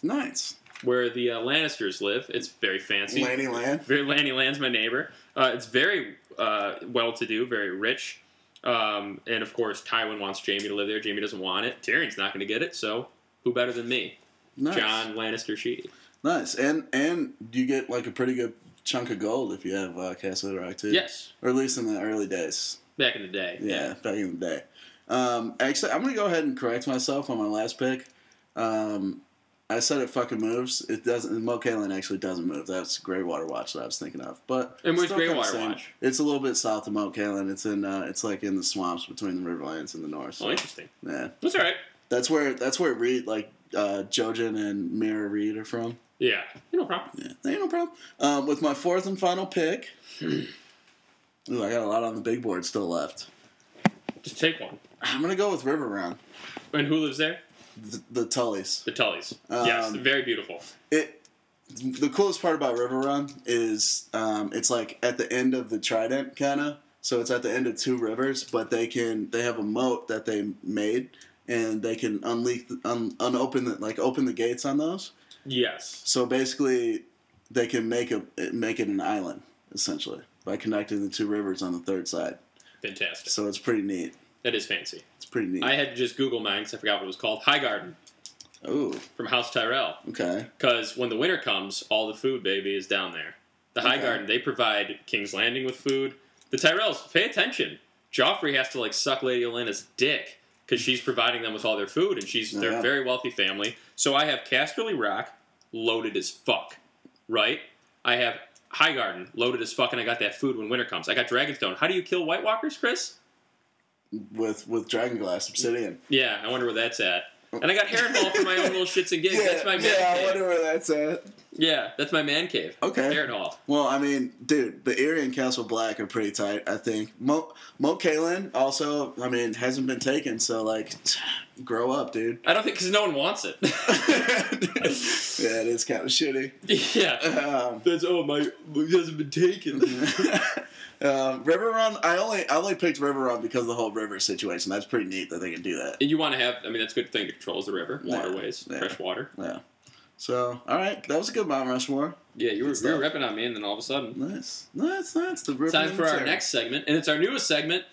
Speaker 2: Nice.
Speaker 1: where the uh, Lannisters live. It's very fancy.
Speaker 2: Lanny Land.
Speaker 1: Very Lanny Land's my neighbor. Uh, it's very uh, well-to-do, very rich, um, and of course Tywin wants Jamie to live there. Jamie doesn't want it. Tyrion's not going to get it. So who better than me,
Speaker 2: Nice.
Speaker 1: John Lannister Sheedy?
Speaker 2: Nice. And and you get like a pretty good chunk of gold if you have uh, Castle Rock too.
Speaker 1: Yes,
Speaker 2: Or at least in the early days.
Speaker 1: back in the day.
Speaker 2: Yeah, back in the day. Um, actually, I'm gonna go ahead and correct myself on my last pick. Um, I said it fucking moves. It doesn't. Mo Kalen actually doesn't move. That's Greywater Watch that I was thinking of. But
Speaker 1: And where's
Speaker 2: still kinda
Speaker 1: Greywater
Speaker 2: same.
Speaker 1: Watch?
Speaker 2: It's a little bit south of Mo Kalen. It's in. Uh, it's like in the swamps between the Riverlands and the North.
Speaker 1: Oh,
Speaker 2: So,
Speaker 1: interesting.
Speaker 2: yeah,
Speaker 1: That's all right.
Speaker 2: that's where that's where Reed, like uh, Jojen and Mira Reed, are from.
Speaker 1: Yeah, no problem.
Speaker 2: Yeah, ain't no problem. Um, with my fourth and final pick,
Speaker 1: Hmm.
Speaker 2: ooh, I got a lot on the big board still left.
Speaker 1: Just take one.
Speaker 2: I'm gonna go with River Round,
Speaker 1: And who lives there?
Speaker 2: the, the Tullys.
Speaker 1: The Tullys.
Speaker 2: Um,
Speaker 1: yes, very beautiful.
Speaker 2: It. The coolest part about River Run is um, it's like at the end of the Trident, kind of. So it's at the end of two rivers, but they can they have a moat that they made, and they can unleash un, unopen the, like open the gates on those.
Speaker 1: Yes.
Speaker 2: So basically, they can make a make it an island essentially by connecting the two rivers on the third side.
Speaker 1: Fantastic.
Speaker 2: So it's pretty neat.
Speaker 1: That is fancy.
Speaker 2: It's pretty neat.
Speaker 1: I had to just Google mine because I forgot what it was called. High Garden
Speaker 2: oh,
Speaker 1: from House Tyrell.
Speaker 2: okay.
Speaker 1: Because when the winter comes, all the food, baby, is down there. The High
Speaker 2: Okay.
Speaker 1: Garden, they provide King's Landing with food. The Tyrells, pay attention. Joffrey has to like suck Lady Olenna's dick because she's providing them with all their food, and she's they're
Speaker 2: Oh, Yeah.
Speaker 1: a very wealthy family. So I have Casterly Rock loaded as fuck, right? I have High Garden loaded as fuck, and I got that food when winter comes. I got Dragonstone. How do you kill White Walkers, Chris?
Speaker 2: With with dragon glass obsidian.
Speaker 1: Yeah, I wonder where that's at. And I got Harrenhal for my own little shits and gigs. that's my man
Speaker 2: Oh. yeah. I
Speaker 1: cave.
Speaker 2: wonder where that's at.
Speaker 1: Yeah, that's my man cave.
Speaker 2: Okay.
Speaker 1: Harrenhal.
Speaker 2: Well, I mean, dude, the Erie and Castle Black are pretty tight. I think Mo Mo Kalen also. I mean, hasn't been taken. So like, <sighs> grow up, dude. <laughs>
Speaker 1: I don't think because no one wants it. <laughs>
Speaker 2: yeah, it is kind of shitty.
Speaker 1: yeah,
Speaker 2: Um, <laughs>
Speaker 1: that's oh my, it hasn't been taken.
Speaker 2: Mm-hmm. um, River Run. I only I only picked River Run because of the whole river situation. That's pretty neat that they can do that.
Speaker 1: And <laughs> you want to have? I mean, that's a good thing. It controls the river,
Speaker 2: Yeah,
Speaker 1: waterways,
Speaker 2: yeah.
Speaker 1: fresh water.
Speaker 2: Yeah. So all right, that was a good Mount Rushmore.
Speaker 1: Yeah, you were
Speaker 2: Good
Speaker 1: you were
Speaker 2: stuff.
Speaker 1: repping on me, and then all of a sudden,
Speaker 2: Nice, nice, nice. The river
Speaker 1: time
Speaker 2: and
Speaker 1: for
Speaker 2: the
Speaker 1: our
Speaker 2: terror.
Speaker 1: next segment, and it's our newest segment.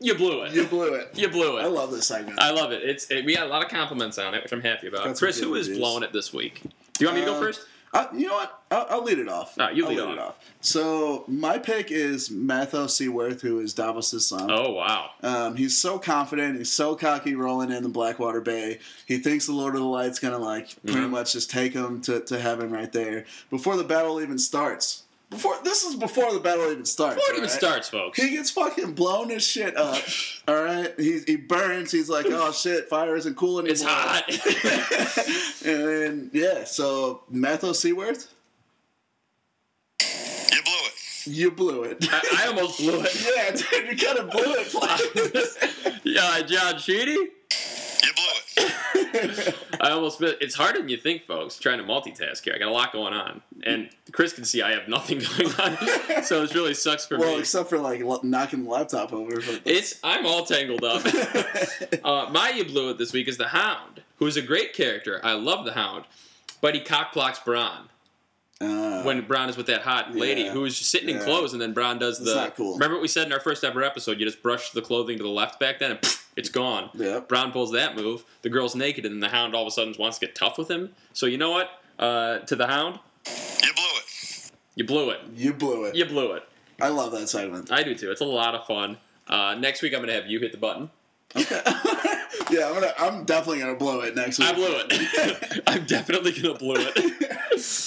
Speaker 1: You blew it.
Speaker 2: You blew it.
Speaker 1: <laughs> You blew it.
Speaker 2: I love this segment.
Speaker 1: I love it. It's it, we got a lot of compliments on it, which I'm happy about.
Speaker 2: Got some
Speaker 1: Chris,
Speaker 2: good
Speaker 1: who is
Speaker 2: reviews.
Speaker 1: blowing it this week? Do you want me to go
Speaker 2: Um,
Speaker 1: first?
Speaker 2: I, you know what? I'll, I'll lead it off.
Speaker 1: Ah, you
Speaker 2: I'll
Speaker 1: lead off.
Speaker 2: So my pick is Matho Seaworth, who is Davos' son.
Speaker 1: Oh wow,
Speaker 2: Um, he's so confident. He's so cocky rolling in the Blackwater Bay. He thinks the Lord of the Light's going to, like, pretty
Speaker 1: Mhm.
Speaker 2: much just take him to, to heaven right there before the battle even starts. Before This is before the battle even starts.
Speaker 1: before it even
Speaker 2: alright?
Speaker 1: starts, folks.
Speaker 2: He gets fucking blown his shit
Speaker 1: <laughs>
Speaker 2: up. All right? He, he burns. He's like, oh shit, fire isn't cool anymore.
Speaker 1: It's hot.
Speaker 2: <laughs> and then, yeah, so Matho Seaworth,
Speaker 3: You blew it.
Speaker 2: you blew it.
Speaker 1: <laughs>
Speaker 2: <laughs>
Speaker 1: I, I almost blew it. <laughs>
Speaker 2: yeah, <laughs> dude, you kind of blew it. Platt.
Speaker 1: yeah, John Sheedy.
Speaker 3: You blew it.
Speaker 1: I almost missed. It's harder than you think, folks. Trying to multitask here. I got a lot going on, and Chris can see I have nothing <laughs> going on, so it really sucks for
Speaker 2: <laughs> well,
Speaker 1: me.
Speaker 2: except for, like, lo- knocking the laptop over. but-
Speaker 1: It's I'm all tangled up. uh, my you blew it this week is the Hound, who is a great character. I love the Hound, but he cockblocks Bron.
Speaker 2: <laughs> Uh,
Speaker 1: when Brown is with that hot lady
Speaker 2: yeah.
Speaker 1: who is just sitting in
Speaker 2: Yeah.
Speaker 1: clothes, and then Brown does
Speaker 2: It's
Speaker 1: the.
Speaker 2: not cool.
Speaker 1: Remember what we said in our first ever episode? You just brush the clothing to the left back then, and it's gone.
Speaker 2: yeah.
Speaker 1: Brown pulls that move. The girl's naked, and the Hound all of a sudden wants to get tough with him. So you know what? Uh, to the Hound,
Speaker 3: You blew it.
Speaker 1: you blew it.
Speaker 2: You blew it.
Speaker 1: You blew it.
Speaker 2: I love that segment.
Speaker 1: I do too. It's a lot of fun. Uh, next week, I'm gonna have you hit the button.
Speaker 2: Okay. <laughs> yeah, I'm gonna. I'm definitely gonna blow it next week.
Speaker 1: I blew it. <laughs> I'm definitely gonna blew it.
Speaker 2: <laughs>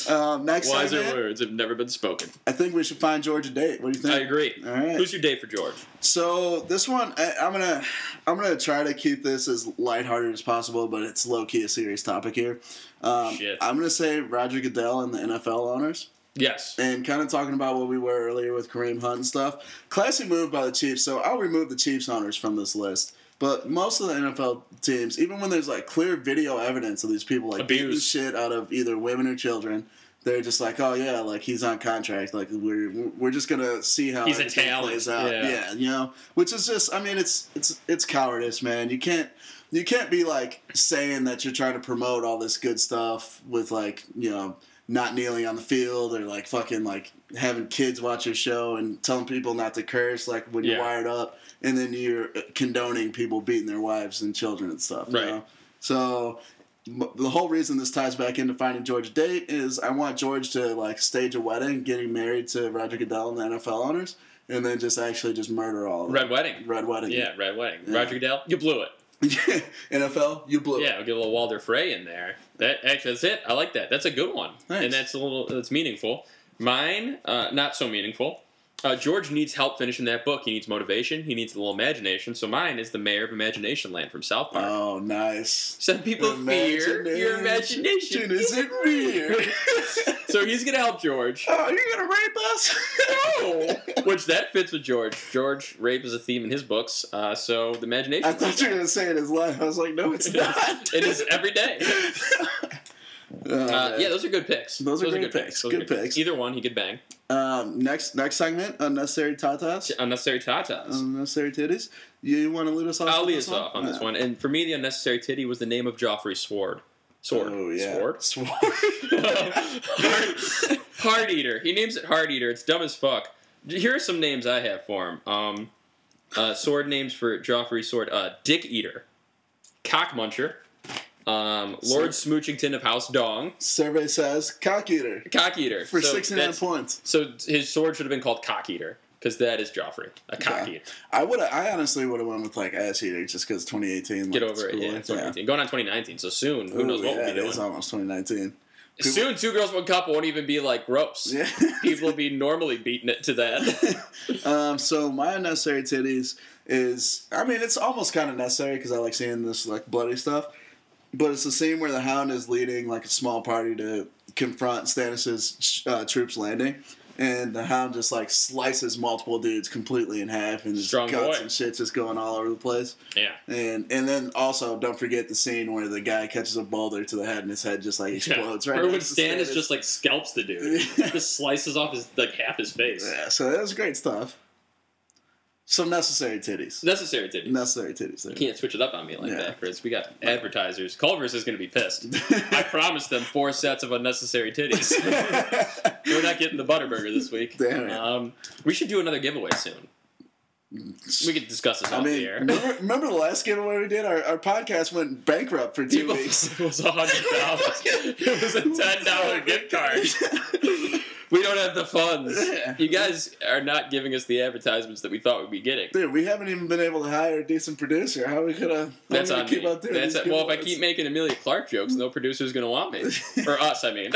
Speaker 2: Um, next
Speaker 1: Wiser
Speaker 2: segment,
Speaker 1: words have never been spoken.
Speaker 2: I think we should find George a date. What do you think?
Speaker 1: I agree.
Speaker 2: All right.
Speaker 1: Who's your date for George?
Speaker 2: So this one, I, I'm gonna, I'm gonna try to keep this as lighthearted as possible, but it's low key a serious topic here. Um,
Speaker 1: Shit.
Speaker 2: I'm gonna say Roger Goodell and the NFL owners,
Speaker 1: Yes.
Speaker 2: and kind of talking about what we were earlier with Kareem Hunt and stuff. Classy move by the Chiefs. So I'll remove the Chiefs owners from this list. But most of the NFL teams, even when there's like clear video evidence of these people like beating
Speaker 1: Abuse.
Speaker 2: shit out of either women or children, they're just like, oh yeah, like he's on contract. Like we're we're just gonna see how
Speaker 1: He's a
Speaker 2: everything
Speaker 1: talent.
Speaker 2: plays out.
Speaker 1: Yeah.
Speaker 2: yeah, you know, which is just, I mean, it's it's it's cowardice, man. You can't you can't be like saying that you're trying to promote all this good stuff with like you know not kneeling on the field or like fucking like having kids watch your show and telling people not to curse like when you're
Speaker 1: Yeah.
Speaker 2: wired up and then you're uh, condoning people beating their wives and children and stuff you
Speaker 1: Right.
Speaker 2: know? so m- the whole reason this ties back into finding george a date is i want george to like stage a wedding getting married to roger goodell and the nfl owners and then just actually just murder all of
Speaker 1: Red
Speaker 2: them.
Speaker 1: Wedding.
Speaker 2: red wedding <laughs>
Speaker 1: Yeah, Red Wedding.
Speaker 2: Yeah.
Speaker 1: Roger Goodell, you blew it.
Speaker 2: nfl you blew it.
Speaker 1: Yeah, we'll get a little Walter Frey in there. That actually, that's it. I like that. That's a good one,
Speaker 2: Nice.
Speaker 1: and that's a little that's meaningful. Mine, uh, not so meaningful. Uh, George needs help finishing that book. He needs motivation. He needs a little imagination. So mine is the mayor of Imagination Land from South Park.
Speaker 2: oh nice
Speaker 1: Some people fear your imagination
Speaker 2: isn't real.
Speaker 1: <laughs> so he's gonna help George.
Speaker 2: <laughs> oh, you're gonna rape us? no.
Speaker 1: Which that fits with George. George rape is a theme in his books. Uh, so the imagination.
Speaker 2: <laughs> I thought you were gonna say it is life. I was like, no, it's
Speaker 1: <laughs>
Speaker 2: not.
Speaker 1: it is every day.
Speaker 2: <laughs> Oh,
Speaker 1: Uh,
Speaker 2: man.
Speaker 1: yeah, those are good picks.
Speaker 2: Those are great
Speaker 1: good
Speaker 2: picks.
Speaker 1: Those are
Speaker 2: Good picks.
Speaker 1: Either one, he could bang.
Speaker 2: Um, next, next segment: unnecessary tatas,
Speaker 1: Unnecessary tatas.
Speaker 2: unnecessary titties. You want to lead us off?
Speaker 1: I'll
Speaker 2: on
Speaker 1: lead
Speaker 2: this Uh,
Speaker 1: us off on this
Speaker 2: Yeah.
Speaker 1: one. And for me, the unnecessary titty was the name of Joffrey's sword. Sword.
Speaker 2: Oh yeah. <laughs>
Speaker 1: Sword.
Speaker 2: Sword.
Speaker 1: <laughs> heart, heart eater. He names it heart eater. It's dumb as fuck. Here are some names I have for him. Um, uh, sword names for Joffrey's sword: uh, Dick Eater, Cock Muncher, um, Lord Smoochington of House Dong,
Speaker 2: Survey says cock eater
Speaker 1: Cock Eater.
Speaker 2: for
Speaker 1: So
Speaker 2: sixty-nine
Speaker 1: that's-
Speaker 2: points.
Speaker 1: So his sword should have been called Cock Eater because that is Joffrey, a cock
Speaker 2: Yeah.
Speaker 1: eater.
Speaker 2: I would. I honestly would have went with like ass eater just because 2018. Like,
Speaker 1: Get
Speaker 2: it's
Speaker 1: over it.
Speaker 2: cool.
Speaker 1: Yeah, 2019. Going on 2019, so soon. Who
Speaker 2: Ooh,
Speaker 1: knows what
Speaker 2: yeah,
Speaker 1: we'll be
Speaker 2: it
Speaker 1: doing?
Speaker 2: is almost 2019. People-
Speaker 1: Soon, two girls, one cup won't even be like <laughs> gross.
Speaker 2: Yeah.
Speaker 1: People will be normally beating it to that.
Speaker 2: <laughs> um, so my unnecessary titties is, I mean, it's almost kind of necessary because I like seeing this like bloody stuff. But it's the scene where the Hound is leading like a small party to confront Stannis's uh, troops landing, and the Hound just like slices multiple dudes completely in half, and his
Speaker 1: Strong
Speaker 2: guts
Speaker 1: boy.
Speaker 2: and shit just going all over the place.
Speaker 1: yeah.
Speaker 2: And and then also don't forget the scene where the guy catches a boulder to the head and his head just like explodes. Right.
Speaker 1: Or when
Speaker 2: next to
Speaker 1: Stan is
Speaker 2: Stannis.
Speaker 1: just like scalps the dude, just slices off his like half his face.
Speaker 2: Yeah, so that was great stuff. Some necessary titties.
Speaker 1: Necessary titty.
Speaker 2: Necessary titties. There.
Speaker 1: You can't switch it up on me like
Speaker 2: Yeah.
Speaker 1: that, Chris. We got advertisers. Culver's is gonna be
Speaker 2: <laughs>
Speaker 1: pissed. I promised them four sets of unnecessary titties.
Speaker 2: <laughs>
Speaker 1: We're not getting the Butterburger this week.
Speaker 2: Damn it.
Speaker 1: Um, we should do another giveaway soon. We could discuss this
Speaker 2: <laughs> I
Speaker 1: off
Speaker 2: mean,
Speaker 1: the air.
Speaker 2: remember, remember the last giveaway we did? Our, our podcast went bankrupt for
Speaker 1: <laughs>
Speaker 2: two
Speaker 1: People-
Speaker 2: weeks.
Speaker 1: It was a hundred dollars. it <laughs> was a ten
Speaker 2: <laughs>
Speaker 1: dollar gift card. We don't have the funds.
Speaker 2: Yeah.
Speaker 1: You guys are not giving us the advertisements that we thought we'd be getting.
Speaker 2: Dude, we haven't even been able to hire a decent producer. How are we gonna? How
Speaker 1: That's
Speaker 2: are we
Speaker 1: on
Speaker 2: gonna keep
Speaker 1: me.
Speaker 2: up doing
Speaker 1: That's
Speaker 2: these
Speaker 1: well, if I
Speaker 2: giveaways?
Speaker 1: keep making Amelia Clark jokes, no producer's gonna want me <laughs> or us. I mean,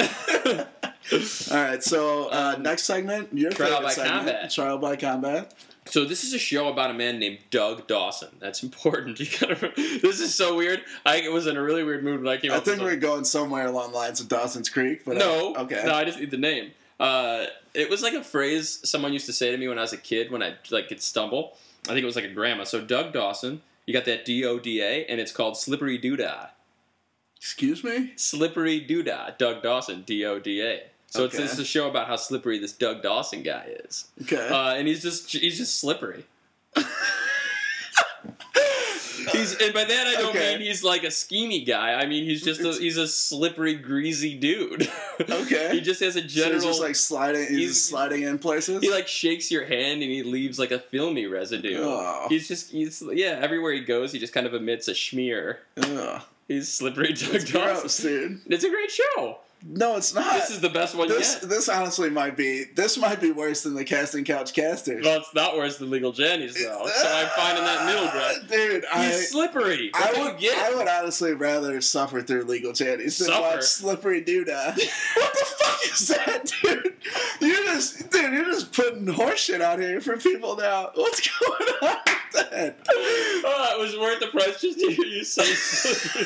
Speaker 2: All right, so uh,
Speaker 1: Um,
Speaker 2: next segment, your
Speaker 1: Trial
Speaker 2: favorite
Speaker 1: by
Speaker 2: segment,
Speaker 1: Combat.
Speaker 2: trial by combat.
Speaker 1: so this is a show about a man named Doug Dawson. That's important. <laughs> You gotta. This is so weird. I was in a really weird mood when I came.
Speaker 2: I
Speaker 1: up with
Speaker 2: think we're going somewhere along the lines of Dawson's Creek, <laughs> but uh,
Speaker 1: No.
Speaker 2: okay,
Speaker 1: No, I just need the name. Uh, it was like a phrase someone used to say to me when I was a kid when I like could stumble. I think it was like a grandma. So Doug Dawson, you got that D O D A, and it's called slippery doodah.
Speaker 2: excuse me.
Speaker 1: Slippery doodah. Doug Dawson, D O D A. So
Speaker 2: Okay.
Speaker 1: it's this is a show about how slippery this Doug Dawson guy is,
Speaker 2: Okay,
Speaker 1: uh, and he's just he's just slippery. He's and by that I don't
Speaker 2: Okay.
Speaker 1: mean he's like a schemy guy. I mean he's just a, he's a slippery, greasy dude.
Speaker 2: Okay.
Speaker 1: <laughs> he just has a
Speaker 2: So
Speaker 1: general.
Speaker 2: he's just like sliding. He's,
Speaker 1: He's-
Speaker 2: sliding in places.
Speaker 1: he like shakes your hand and he leaves like a filmy residue.
Speaker 2: Ugh.
Speaker 1: He's just he's yeah. Everywhere he goes, he just kind of emits a schmear.
Speaker 2: Ugh.
Speaker 1: He's slippery Doug
Speaker 2: It's gross,
Speaker 1: Dawson.
Speaker 2: dude.
Speaker 1: It's a great show.
Speaker 2: No, it's not.
Speaker 1: This is the best one
Speaker 2: this,
Speaker 1: yet.
Speaker 2: this honestly might be this might be worse than the casting couch casters. <laughs>
Speaker 1: Well, it's not worse than Legal Jenny's though. So I'm finding that middle ground.
Speaker 2: dude. I
Speaker 1: He's slippery.
Speaker 2: I
Speaker 1: That's what
Speaker 2: would
Speaker 1: you get.
Speaker 2: I would honestly rather suffer through legal charities than
Speaker 1: Suffer?
Speaker 2: watch slippery
Speaker 1: <laughs>
Speaker 2: Duda. what the fuck is that, dude? You're just dude, you're just putting horseshit out here for people now. What's going <laughs> on with that?
Speaker 1: <laughs> oh, it was worth the price just to hear you
Speaker 2: <laughs>
Speaker 1: say. slippery.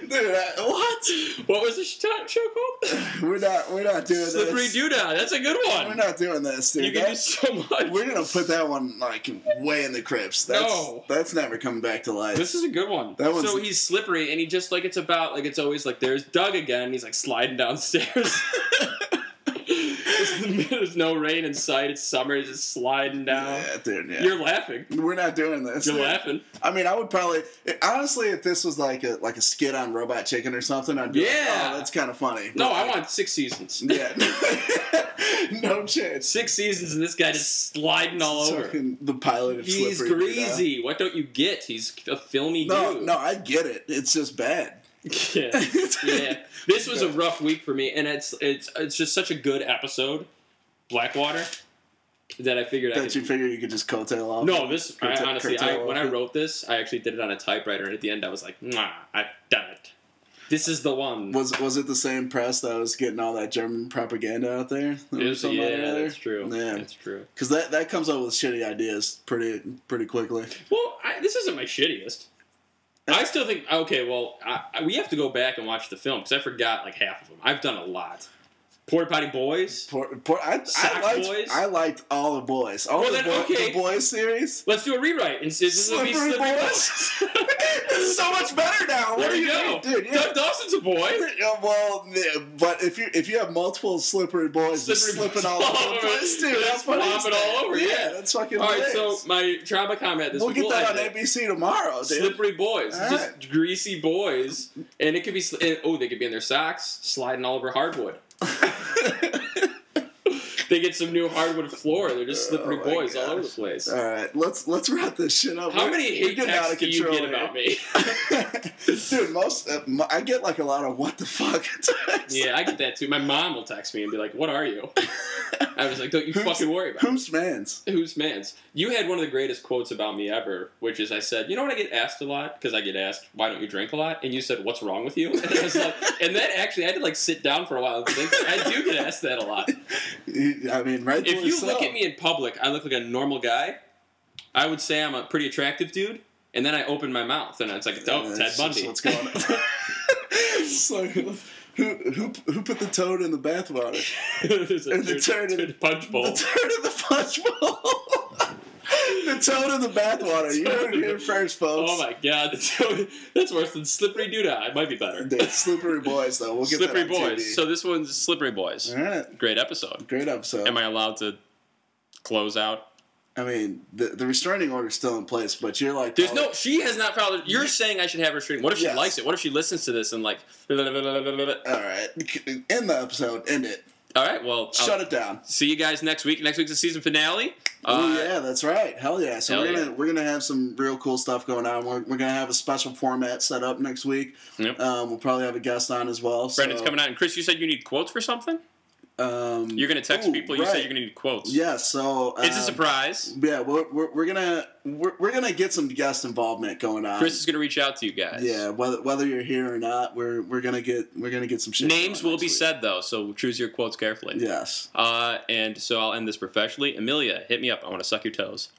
Speaker 2: Dude, I, what?
Speaker 1: what was the sh- show called?
Speaker 2: We're not we're not
Speaker 1: <laughs>
Speaker 2: doing
Speaker 1: Slippery
Speaker 2: this.
Speaker 1: Doodah. That's a good
Speaker 2: We're
Speaker 1: one.
Speaker 2: not doing this, dude.
Speaker 1: You can
Speaker 2: That-
Speaker 1: do so much.
Speaker 2: we're gonna
Speaker 1: <laughs>
Speaker 2: put that one like way in the crypts. That's
Speaker 1: No.
Speaker 2: that's never coming back to life.
Speaker 1: This is a good one.
Speaker 2: That one's-
Speaker 1: so he's slippery, and he just like it's about like it's always like there's Doug again. He's like sliding
Speaker 2: <laughs>
Speaker 1: downstairs. It's the middle- there's no rain in sight. It's summer. He's just sliding down.
Speaker 2: yeah, dude, yeah.
Speaker 1: You're laughing.
Speaker 2: we're not doing this.
Speaker 1: You're
Speaker 2: dude.
Speaker 1: laughing.
Speaker 2: I mean, I would probably it- honestly, if this was like a like a skit on Robot Chicken or something, I'd be
Speaker 1: Yeah.
Speaker 2: like, oh, that's kind of funny.
Speaker 1: No,
Speaker 2: But,
Speaker 1: I
Speaker 2: <laughs>
Speaker 1: want six seasons.
Speaker 2: yeah, <laughs> no chance.
Speaker 1: Six seasons, and this guy just sliding all over.
Speaker 2: Fucking the pilot of
Speaker 1: He's
Speaker 2: Slippery, you know?
Speaker 1: greasy. What don't you get? He's a filmy
Speaker 2: No,
Speaker 1: dude.
Speaker 2: no, I get it. It's just bad.
Speaker 1: <laughs>
Speaker 2: <laughs>
Speaker 1: Yeah. yeah. This was a rough week for me, and it's it's it's just such a good episode, Blackwater, that I figured I
Speaker 2: That
Speaker 1: could.
Speaker 2: you figure you could just coattail off.
Speaker 1: no, this I,
Speaker 2: Curtail-
Speaker 1: honestly, I,
Speaker 2: curtail
Speaker 1: when I
Speaker 2: off it.
Speaker 1: wrote this, I actually did it on a typewriter, and at the end, I was like, "Nah, I've done it. This is the one."
Speaker 2: was was it the same press that was getting all that German propaganda out there?
Speaker 1: It was- yeah, that's true.
Speaker 2: Yeah.
Speaker 1: That's true.
Speaker 2: Because that, that comes up with shitty ideas pretty pretty quickly.
Speaker 1: Well, I, this isn't my shittiest. I still think okay. Well, I, I- we have to go back and watch the film because I forgot like half of them. I've done a lot. Porta Potty Boys.
Speaker 2: Poor, poor, I, I
Speaker 1: Sock
Speaker 2: liked
Speaker 1: Boys?
Speaker 2: I liked all the boys. All
Speaker 1: Well,
Speaker 2: the,
Speaker 1: then,
Speaker 2: boy,
Speaker 1: okay.
Speaker 2: the boys series.
Speaker 1: Let's do a rewrite. And this will be
Speaker 2: Slippery
Speaker 1: Slippery <laughs> Boys.
Speaker 2: <laughs> This is so much better now. What
Speaker 1: There
Speaker 2: are
Speaker 1: you
Speaker 2: you
Speaker 1: go.
Speaker 2: doing, dude? You're-
Speaker 1: Doug Dawson's a boy.
Speaker 2: Yeah, well, yeah, but if you if you have multiple slippery boys just
Speaker 1: Slippery
Speaker 2: slipping
Speaker 1: boys <laughs>
Speaker 2: all
Speaker 1: all
Speaker 2: over the
Speaker 1: over.
Speaker 2: place, dude,
Speaker 1: Just
Speaker 2: that's funny.
Speaker 1: flop it all over, yeah.
Speaker 2: that's fucking.
Speaker 1: All right, so
Speaker 2: hilarious.
Speaker 1: my trauma comment this
Speaker 2: we'll
Speaker 1: week,
Speaker 2: get that on
Speaker 1: end it.
Speaker 2: ABC tomorrow, dude.
Speaker 1: Slippery boys,
Speaker 2: All
Speaker 1: just
Speaker 2: right.
Speaker 1: greasy boys, and it could be sli- and, oh they could be in their socks sliding all over
Speaker 2: <laughs>
Speaker 1: hardwood. They get some new hardwood floor. They're just slippery
Speaker 2: Oh my
Speaker 1: boys all over the
Speaker 2: gosh.
Speaker 1: place.
Speaker 2: all right, let's let's wrap this shit up.
Speaker 1: How
Speaker 2: We're-
Speaker 1: many
Speaker 2: we're
Speaker 1: hate
Speaker 2: getting out
Speaker 1: texts
Speaker 2: of
Speaker 1: do you
Speaker 2: control
Speaker 1: get
Speaker 2: here.
Speaker 1: about me?
Speaker 2: <laughs> dude? Most uh, m- I get like a lot of what the fuck <laughs> texts.
Speaker 1: yeah, I get that too. My mom will text me and be like, "What are
Speaker 2: <laughs>
Speaker 1: you?" I was like, "Don't you
Speaker 2: Who's-
Speaker 1: fucking worry about it."
Speaker 2: Whom's man's?
Speaker 1: Who's man's? You had one of the greatest quotes about me ever, which is I said, You know what I get asked a lot? Because I get asked, Why don't you drink a lot? And you said, What's wrong with you? <laughs> And, I was like, and then actually, I had to like sit down for a while and think. I do get asked that a
Speaker 2: <laughs>
Speaker 1: lot.
Speaker 2: I mean, right?
Speaker 1: If you look at me in public, I look like a normal guy. I would say I'm a pretty attractive dude. And then I open my mouth and it's like, Oh, Ted Bundy.
Speaker 2: What's going on? <laughs> so, who, who who put the toad in the bathwater?
Speaker 1: <laughs> <laughs>
Speaker 2: <laughs>
Speaker 1: There's a
Speaker 2: And the
Speaker 1: dude-
Speaker 2: turn in-
Speaker 1: dude punch bowl.
Speaker 2: The toad in the punch bowl. <laughs> the toad in the
Speaker 1: <laughs>
Speaker 2: bathwater. You heard it here first, folks.
Speaker 1: Oh my god, <laughs> that's, that's worse than slippery doodah. It might be better.
Speaker 2: Dude, slippery boys, though. We'll get
Speaker 1: Slippery
Speaker 2: that on Mm-hmm.
Speaker 1: boys. So this one's slippery boys.
Speaker 2: TV. all right,
Speaker 1: Great episode.
Speaker 2: great episode.
Speaker 1: Am I allowed to close out?
Speaker 2: I mean, the, the restraining order's still in place, but you're like,
Speaker 1: There's
Speaker 2: oh,
Speaker 1: no. She has not followed. You're saying I should have her stream. What if she
Speaker 2: Yes.
Speaker 1: likes it? What if she listens to this and like? All
Speaker 2: All right, end the episode. End it.
Speaker 1: right. Well, I'll
Speaker 2: Shut it down.
Speaker 1: see you guys next week. Next week's the season finale.
Speaker 2: Oh
Speaker 1: Uh,
Speaker 2: yeah, that's right. Hell yeah! So
Speaker 1: hell
Speaker 2: we're gonna
Speaker 1: yeah.
Speaker 2: we're gonna have some real cool stuff going on. We're, we're gonna have a special format set up next week.
Speaker 1: Yep.
Speaker 2: Um, we'll probably have a guest on as well.
Speaker 1: Brendan's coming out, and Chris, you said you need quotes for something.
Speaker 2: Um,
Speaker 1: You're gonna text
Speaker 2: ooh,
Speaker 1: people. You
Speaker 2: right.
Speaker 1: said you're gonna need quotes.
Speaker 2: Yeah. So um,
Speaker 1: It's a surprise.
Speaker 2: Yeah, we're, we're, we're gonna we're, we're gonna get some guest involvement going on.
Speaker 1: Chris is gonna reach out to you guys.
Speaker 2: um, yeah, whether whether you're here or not, we're we're gonna get we're gonna get some shit.
Speaker 1: Names
Speaker 2: going
Speaker 1: will be
Speaker 2: next
Speaker 1: said though, so choose your quotes
Speaker 2: week.
Speaker 1: carefully.
Speaker 2: Yes.
Speaker 1: Uh, and so I'll end this professionally. Amelia, hit me up. I want to suck your toes.